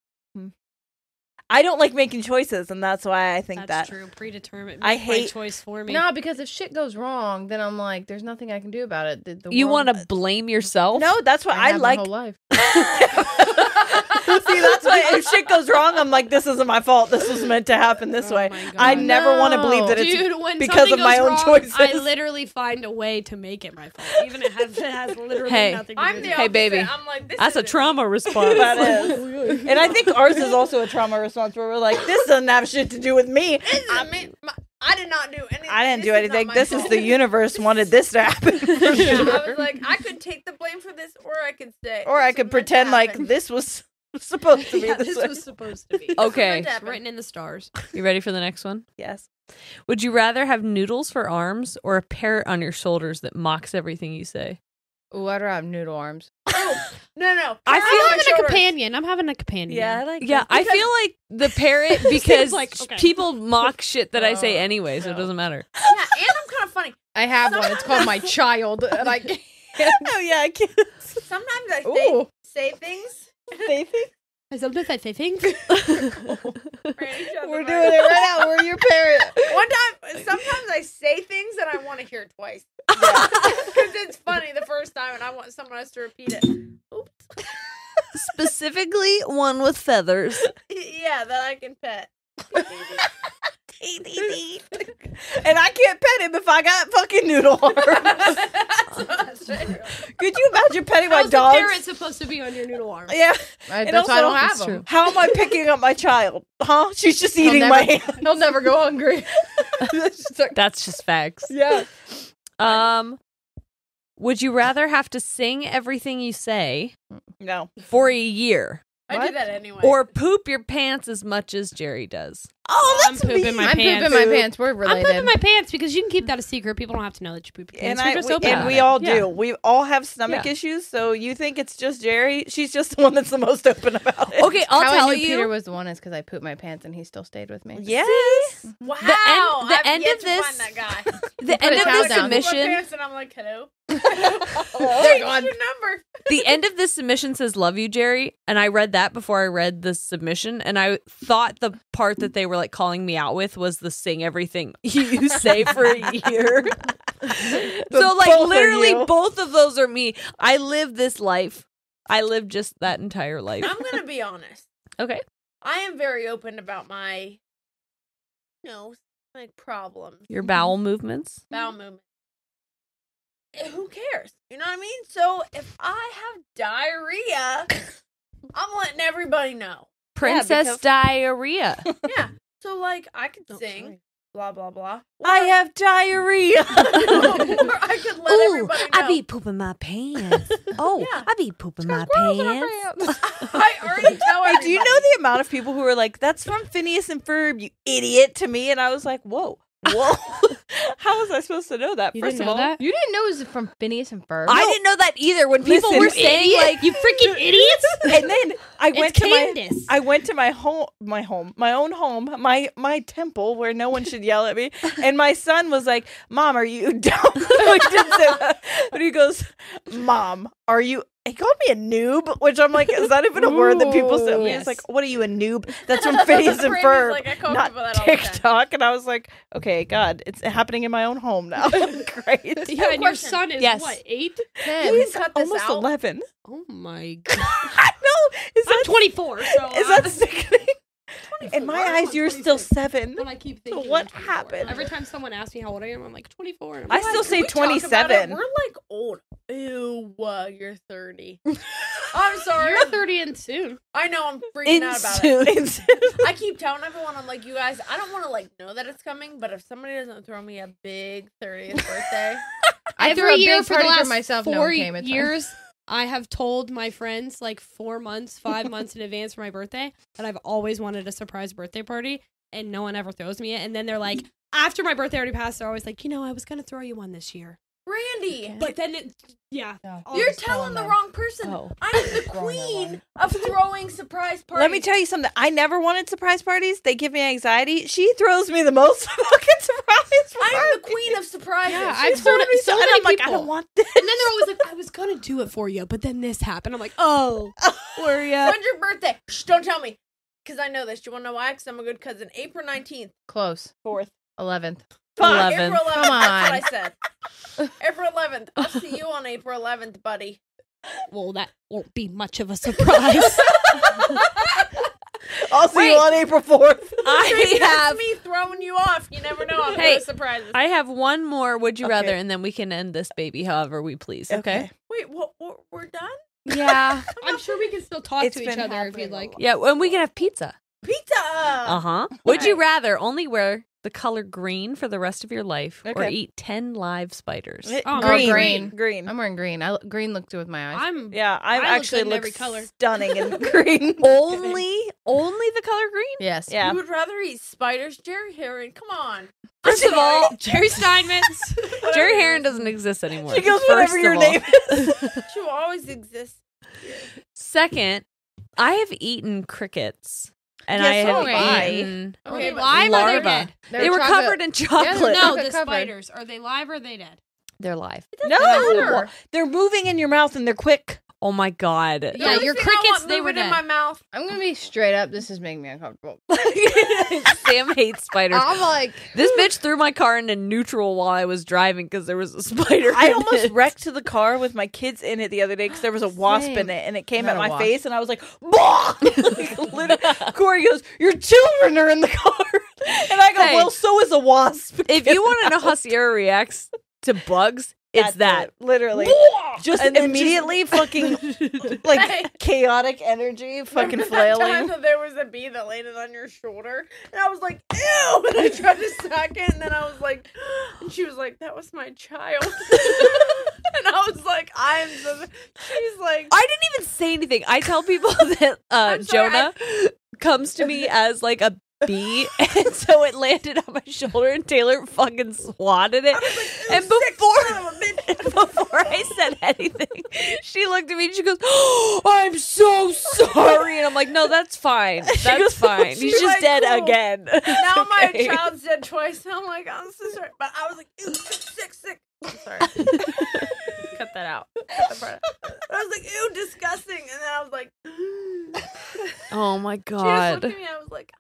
Speaker 2: I don't like making choices, and that's why I think
Speaker 11: That's
Speaker 2: that.
Speaker 11: true. Predetermined.
Speaker 2: I
Speaker 11: Make my
Speaker 2: hate-
Speaker 11: choice for me.
Speaker 12: No, because if shit goes wrong, then I'm like, there's nothing I can do about it. The, the
Speaker 5: you
Speaker 12: world-
Speaker 5: want to blame yourself?
Speaker 2: No, that's why I,
Speaker 12: have my
Speaker 2: like
Speaker 12: whole life.
Speaker 2: <laughs> See, that's why if shit goes wrong, I'm like, this isn't my fault. This was meant to happen this
Speaker 11: Oh
Speaker 2: way.
Speaker 11: my God.
Speaker 2: I never want to believe that it's
Speaker 11: Dude,
Speaker 5: <laughs>
Speaker 11: when
Speaker 2: because
Speaker 11: something
Speaker 2: of my
Speaker 11: goes
Speaker 2: own
Speaker 11: wrong,
Speaker 2: choices.
Speaker 11: I literally find a way to make it my fault, even if it has, it has literally
Speaker 5: Hey.
Speaker 11: nothing to
Speaker 3: I'm
Speaker 11: do
Speaker 3: the
Speaker 11: with
Speaker 5: Hey,
Speaker 11: it.
Speaker 3: <laughs> opposite.
Speaker 5: baby.
Speaker 3: I'm like this.
Speaker 5: That's a
Speaker 3: isn't- <laughs>
Speaker 5: trauma response.
Speaker 2: that is. And I think ours is also a trauma response where we're like, this doesn't have shit to do with me.
Speaker 3: This is me- my- I did not do anything.
Speaker 2: I didn't
Speaker 3: This
Speaker 2: do
Speaker 3: is
Speaker 2: anything.
Speaker 3: not my
Speaker 2: This is
Speaker 3: fault.
Speaker 2: the universe wanted this to happen. <laughs> for
Speaker 3: <laughs> Yeah,
Speaker 2: sure.
Speaker 3: I was like, I could take the blame for this, or I could say,
Speaker 2: Or I
Speaker 3: this
Speaker 2: could
Speaker 3: was meant to
Speaker 2: pretend like
Speaker 3: happen.
Speaker 2: this was supposed to be
Speaker 11: Yeah,
Speaker 2: <laughs> this,
Speaker 11: this
Speaker 2: way.
Speaker 11: was supposed
Speaker 2: <laughs>
Speaker 11: to be.
Speaker 5: okay.
Speaker 3: Meant to
Speaker 11: It's
Speaker 3: happen.
Speaker 11: written in the stars.
Speaker 5: You ready for the next one?
Speaker 2: Yes.
Speaker 5: Would you rather have noodles for arms or a parrot on your shoulders that mocks everything you say?
Speaker 12: Ooh, I'd rather have noodle arms.
Speaker 3: No, no.
Speaker 5: I
Speaker 3: Turn
Speaker 5: feel
Speaker 3: on
Speaker 11: I'm
Speaker 3: my
Speaker 11: having a
Speaker 3: shoulders.
Speaker 11: companion. I'm having a companion.
Speaker 2: Yeah, I like
Speaker 5: Yeah, I
Speaker 11: <laughs>
Speaker 5: feel like the parrot because
Speaker 11: Seems like- okay.
Speaker 5: people mock shit that I say
Speaker 12: Oh,
Speaker 5: anyway, so it
Speaker 12: no.
Speaker 5: doesn't matter.
Speaker 3: Yeah, and I'm kind of funny.
Speaker 12: I have one. It's called my child. And I can't.
Speaker 2: Oh, <laughs> yeah, I can't
Speaker 3: Sometimes I
Speaker 12: Ooh.
Speaker 3: think, say things.
Speaker 2: say things.
Speaker 11: Sometimes I say <laughs>
Speaker 2: <laughs>
Speaker 11: things.
Speaker 3: around each other,
Speaker 2: We're
Speaker 3: but-
Speaker 2: doing it right now. We're your parent.
Speaker 3: <laughs> One time, sometimes I say things that I want to hear
Speaker 2: <laughs>
Speaker 3: twice <laughs> because it's funny the first time, and I want someone else to repeat it.
Speaker 2: <laughs>
Speaker 3: Oops.
Speaker 5: Specifically, one with feathers.
Speaker 3: <laughs> yeah, that I can pet.
Speaker 2: and I can't pet him if I got
Speaker 3: <laughs>
Speaker 2: fucking noodle arms. Could you imagine petting my
Speaker 11: How's the
Speaker 2: dog?
Speaker 11: parrot supposed to be on your noodle arm?
Speaker 2: Yeah.
Speaker 12: I,
Speaker 2: And
Speaker 12: that's why I
Speaker 2: also-
Speaker 12: don't have
Speaker 2: That's
Speaker 12: them.
Speaker 2: How am I picking up my child? Huh? She's just
Speaker 12: He'll
Speaker 2: eating
Speaker 12: never,
Speaker 2: <laughs> my hand.
Speaker 12: He'll never go
Speaker 5: <laughs>
Speaker 12: hungry.
Speaker 5: That's just facts.
Speaker 2: Yeah.
Speaker 5: Um, would you rather have to sing everything you say
Speaker 2: No.
Speaker 5: for a year
Speaker 3: I do that anyway.
Speaker 5: or poop your pants as much as Jerry does?
Speaker 13: Oh,
Speaker 3: I'm
Speaker 13: that's me.
Speaker 3: pooping my
Speaker 13: I'm
Speaker 3: pants.
Speaker 13: pooping my Poop.
Speaker 3: pants. We're related. I'm pooping my pants because you can keep that a secret. People don't have to know that you poop your
Speaker 2: And
Speaker 3: pants.
Speaker 2: I
Speaker 3: You're just
Speaker 2: we-
Speaker 3: open
Speaker 2: and
Speaker 3: about
Speaker 2: we
Speaker 3: it.
Speaker 2: all
Speaker 3: Yeah.
Speaker 2: do. We all have stomach issues, so you think it's just Jerry? She's just the one that's the most open about it.
Speaker 5: Okay, I'll
Speaker 14: How
Speaker 5: tell
Speaker 14: I knew
Speaker 5: you.
Speaker 14: Peter was the one is because I pooped my pants and he still stayed with me.
Speaker 2: Yes.
Speaker 3: Wow.
Speaker 5: the end, the end of this, <laughs> the end
Speaker 14: a
Speaker 5: of
Speaker 14: towel
Speaker 5: this
Speaker 14: down.
Speaker 5: submission,
Speaker 3: and I'm like, hello.
Speaker 5: the end of this submission says "Love you, Jerry," and I read that before I read the submission, and I thought the part that they were like calling me out with was the "Sing everything <laughs> you say for a
Speaker 3: <laughs>
Speaker 5: year." so, like,
Speaker 2: both of
Speaker 5: literally,
Speaker 2: you.
Speaker 5: both of those are me. I live this life. I live just that entire life.
Speaker 3: I'm gonna be honest.
Speaker 5: <laughs> Okay.
Speaker 3: I am very open about my, you know, like problems,
Speaker 5: Your bowel
Speaker 3: Mm-hmm.
Speaker 5: movements.
Speaker 3: bowel movement. Eh, Who cares? You know what I mean? So if I have
Speaker 2: <coughs>
Speaker 3: diarrhea, I'm letting everybody know.
Speaker 5: Princess
Speaker 3: because-
Speaker 5: diarrhea.
Speaker 3: Yeah. So like I could sing, blah blah blah.
Speaker 2: I have <laughs>
Speaker 3: <laughs>
Speaker 2: diarrhea. <laughs>
Speaker 3: or I could let everybody know.
Speaker 5: pooping my
Speaker 3: <laughs>
Speaker 5: pants. Oh,
Speaker 3: Yeah.
Speaker 5: I be pooping my
Speaker 2: <laughs>
Speaker 3: I already <laughs> tell
Speaker 2: Hey, do you know
Speaker 3: everybody.
Speaker 2: the amount of people who are like, "That's from Phineas and Ferb, you idiot!" To me, and I was like, "Whoa, whoa! <laughs> How was I supposed to know that?"
Speaker 3: You
Speaker 2: First
Speaker 3: didn't
Speaker 2: of
Speaker 3: know
Speaker 2: all,
Speaker 3: that?
Speaker 14: You didn't know it was from Phineas and Ferb.
Speaker 5: I didn't know that either. When people
Speaker 2: Listen,
Speaker 5: were
Speaker 2: you
Speaker 5: saying like you freaking
Speaker 3: <laughs> idiots?
Speaker 2: and then
Speaker 3: <laughs>
Speaker 2: I went to my
Speaker 3: Candace.
Speaker 2: I went to my home my home my own home my my temple where no one should yell at me and my son was like mom are you <laughs> dumb I didn't say that. but he goes mom are you he called me a noob which I'm like is that even a word that people say
Speaker 3: Ooh.
Speaker 2: he's like what are you a noob
Speaker 3: <laughs>
Speaker 2: that's from Phineas and
Speaker 3: Brady's
Speaker 2: Ferb
Speaker 3: like, I call
Speaker 2: not
Speaker 3: people that all the time.
Speaker 2: TikTok and I was like okay God it's happening in my own
Speaker 3: <laughs>
Speaker 2: home now <laughs> great
Speaker 3: <laughs> Yeah, and your son is
Speaker 5: Yes.
Speaker 3: what eight?
Speaker 14: Ten.
Speaker 2: he's
Speaker 3: cut this
Speaker 2: almost
Speaker 3: out? <laughs>
Speaker 2: eleven <laughs>
Speaker 3: Oh my god! <laughs>
Speaker 2: I know is
Speaker 3: I'm
Speaker 2: that
Speaker 3: 24. So
Speaker 2: <laughs> is
Speaker 3: I'm-
Speaker 2: that sickening? In my
Speaker 3: 24,
Speaker 2: eyes,
Speaker 3: I'm
Speaker 2: you're still
Speaker 3: 26.
Speaker 2: seven.
Speaker 3: When I keep
Speaker 2: So
Speaker 3: thinking,
Speaker 2: what
Speaker 3: I'm 24.
Speaker 2: happened?
Speaker 3: Every time someone asks me how old I am, I'm like 24. And I'm
Speaker 2: I
Speaker 3: like,
Speaker 2: still
Speaker 3: "Can
Speaker 2: say
Speaker 3: we talk about it?
Speaker 2: 27.
Speaker 3: We're like old. Ew, uh, you're <laughs> 30. I'm sorry. You're 30 and soon. I know. I'm freaking out about it.
Speaker 2: <laughs>
Speaker 3: I keep telling everyone, I'm like, you guys, I don't want to like know that it's coming, but if somebody doesn't throw me a big 30th <laughs> birthday,
Speaker 14: I threw
Speaker 3: every
Speaker 14: a big
Speaker 3: year for the
Speaker 14: party for
Speaker 3: last
Speaker 14: myself, no one
Speaker 3: Four
Speaker 14: came, it's fine.
Speaker 3: years, I have told my friends like four months, <laughs> five months in advance for my birthday that I've always wanted a surprise birthday party, and no one ever throws me it. And then they're <laughs> like, after my birthday already passed, they're always like, you know, I was gonna throw you one this year, Randy. But then it, yeah, you're telling the wrong person. I'm the queen of throwing surprise parties.
Speaker 2: Let me tell you something. I never wanted surprise parties. They give me anxiety. She throws me the most <laughs> fucking surprise
Speaker 3: I'm the
Speaker 2: parties.
Speaker 3: queen of surprises. Yeah,
Speaker 2: She
Speaker 3: I've
Speaker 2: threw
Speaker 3: told
Speaker 2: me
Speaker 3: so
Speaker 2: and
Speaker 3: many
Speaker 2: I'm like, I
Speaker 3: people.
Speaker 2: don't want this.
Speaker 3: And then they're always like, I was gonna do it for you, but then this happened. I'm like, oh,
Speaker 2: <laughs> Where you
Speaker 3: when's your birthday? Shh, don't tell me. Because I know this. You want to know why? Because I'm a good cousin. April 19th.
Speaker 14: Close.
Speaker 2: Fourth.
Speaker 14: Eleventh.
Speaker 3: Fuck,
Speaker 5: 11th.
Speaker 3: April 11th.
Speaker 14: Come on.
Speaker 3: That's what I said. April 11th. I'll see you on April 11th, buddy.
Speaker 15: Well, that won't be much
Speaker 3: <laughs>
Speaker 15: of a surprise.
Speaker 2: <laughs> I'll see you on April 4th.
Speaker 3: <laughs>
Speaker 14: <laughs>
Speaker 5: I
Speaker 3: Maybe that's
Speaker 5: have
Speaker 3: me throwing you off. You never know. I'm
Speaker 5: Hey,
Speaker 3: hey, surprises.
Speaker 5: I have one more would you
Speaker 2: Okay.
Speaker 5: rather and then we can end this baby however we please, okay?
Speaker 3: Wait, what? We're, we're done?
Speaker 5: Yeah.
Speaker 3: I'm sure we can still talk
Speaker 2: It's been happening a lot.
Speaker 5: yeah, and we can have pizza.
Speaker 3: Pizza.
Speaker 5: Uh-huh. Would you rather only wear the color green for the rest of your life or
Speaker 2: Okay.
Speaker 5: eat 10 live spiders?
Speaker 3: Oh,
Speaker 14: green.
Speaker 2: green. Green.
Speaker 14: I'm wearing green. I green looked good with my eyes.
Speaker 3: I'm
Speaker 2: yeah, I,
Speaker 3: look
Speaker 2: actually
Speaker 3: good in
Speaker 2: look
Speaker 3: every color.
Speaker 2: stunning in
Speaker 3: <laughs>
Speaker 2: green.
Speaker 5: only only the color green?
Speaker 14: Yes.
Speaker 2: Yeah.
Speaker 3: You would rather eat spiders, Jerry Herring. Come on.
Speaker 5: First of all,
Speaker 3: Jerry <laughs> Steinman's.
Speaker 5: Jerry Heron doesn't exist anymore.
Speaker 2: She goes
Speaker 5: <laughs> first
Speaker 2: whatever
Speaker 5: of
Speaker 2: your
Speaker 5: all.
Speaker 2: name is.
Speaker 3: You always exist.
Speaker 5: Second, I have eaten crickets and
Speaker 2: Yeah,
Speaker 5: I
Speaker 2: so
Speaker 5: have
Speaker 14: have I.
Speaker 5: eaten
Speaker 3: Okay, but
Speaker 14: live
Speaker 3: are they
Speaker 5: larva.
Speaker 3: dead?
Speaker 5: They were covered in chocolate.
Speaker 14: Yeah,
Speaker 3: No,
Speaker 14: They're
Speaker 3: the
Speaker 14: covered.
Speaker 3: spiders. Are they live or are they dead?
Speaker 5: They're live.
Speaker 2: no. They're moving in your mouth and they're quick.
Speaker 5: Oh my god.
Speaker 14: Yeah, your crickets. They were
Speaker 3: in
Speaker 14: dead.
Speaker 3: my mouth.
Speaker 14: I'm gonna be straight up. This is making me uncomfortable.
Speaker 5: Sam hates spiders.
Speaker 14: I'm like,
Speaker 5: This bitch threw my car into neutral while I was driving because there was a <laughs> spider.
Speaker 2: I
Speaker 5: in
Speaker 2: almost
Speaker 5: it.
Speaker 2: wrecked the car with my kids in it the other day because there was a wasp in it and it came
Speaker 14: Not
Speaker 2: at
Speaker 14: a
Speaker 2: my
Speaker 14: wasp.
Speaker 2: face and I was like, <laughs> "Bah!" like literally, Corey goes, "Your children are in the car," and I go,
Speaker 5: Hey.
Speaker 2: "Well, so is a wasp."
Speaker 5: If you want to know how Sierra reacts to bugs, it's
Speaker 2: That's
Speaker 5: that.
Speaker 2: it, literally, just
Speaker 5: And then
Speaker 2: <laughs> immediately fucking like <laughs> chaotic energy, fucking
Speaker 3: Remember that time
Speaker 2: flailing.
Speaker 3: that there was a bee that landed on your shoulder, and I was like, "Ew!" And I tried to suck it, and then I was like, and she was like, "That was my child." and I was like, "I'm." So, she's like,
Speaker 5: I didn't even say anything. I tell people <laughs> that uh,
Speaker 3: I'm sorry,
Speaker 2: <laughs>
Speaker 5: Jonah comes to me as like a B, and so it landed on my shoulder, and Taylor fucking swatted it. and before, <laughs> before I said anything, she looked at me and she goes, "Oh, "I'm so sorry," and I'm like, "No,
Speaker 3: <laughs>
Speaker 5: that's fine. That's fine. He's
Speaker 2: She's
Speaker 5: just
Speaker 2: like,
Speaker 5: dead
Speaker 2: "Cool."
Speaker 5: again."
Speaker 2: Now my
Speaker 5: child's
Speaker 2: dead twice. And I'm like, I'm so sorry. But I was like, ew, sick, sick, sick.
Speaker 5: <laughs> Sorry.
Speaker 2: Cut that out.
Speaker 5: I was like, "Ew, disgusting," and then I was
Speaker 2: <gasps>
Speaker 5: <gasps> like,
Speaker 3: <laughs> Oh my
Speaker 5: She just looked
Speaker 3: god.
Speaker 5: at me and I was like,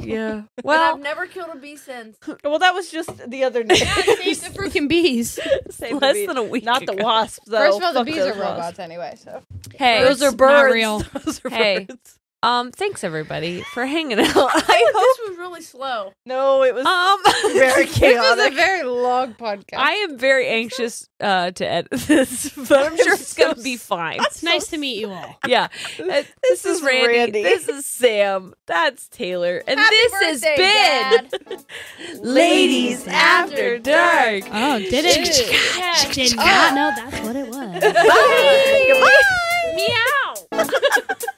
Speaker 2: <laughs>
Speaker 3: Yeah.
Speaker 5: Well-
Speaker 16: well, I've never killed a bee since.
Speaker 5: <laughs> well, that was just
Speaker 2: <laughs>
Speaker 5: the other night. <laughs>
Speaker 17: Save the freaking bees.
Speaker 5: Save Less than a week. Not the wasps, though.
Speaker 17: First of all, the
Speaker 5: Fuck
Speaker 17: bees
Speaker 5: those
Speaker 17: are robots
Speaker 5: wasps.
Speaker 17: anyway, so.
Speaker 3: Hey,
Speaker 5: Those are
Speaker 3: not
Speaker 5: birds.
Speaker 3: real.
Speaker 5: <laughs> Those are
Speaker 3: Hey.
Speaker 5: birds.
Speaker 3: Um, thanks
Speaker 5: <laughs>
Speaker 3: everybody for hanging <laughs>
Speaker 16: I
Speaker 3: out.
Speaker 16: hope this was really slow.
Speaker 5: No, it was
Speaker 3: Um,
Speaker 5: <laughs> very chaotic.
Speaker 17: This is a very long podcast.
Speaker 3: I am very anxious uh, to edit <laughs> this, but I'm sure it's gonna be
Speaker 5: <laughs>
Speaker 3: fine.
Speaker 18: It's nice to meet you all.
Speaker 3: Yeah, Uh, this, is,
Speaker 5: is
Speaker 3: Randy.
Speaker 5: Randy.
Speaker 3: This is Sam. That's Taylor, and this has
Speaker 16: Dad.
Speaker 3: been Ladies After Dark.
Speaker 18: Oh, did it?
Speaker 16: Yeah.
Speaker 18: did not know that's what it was.
Speaker 16: Meow.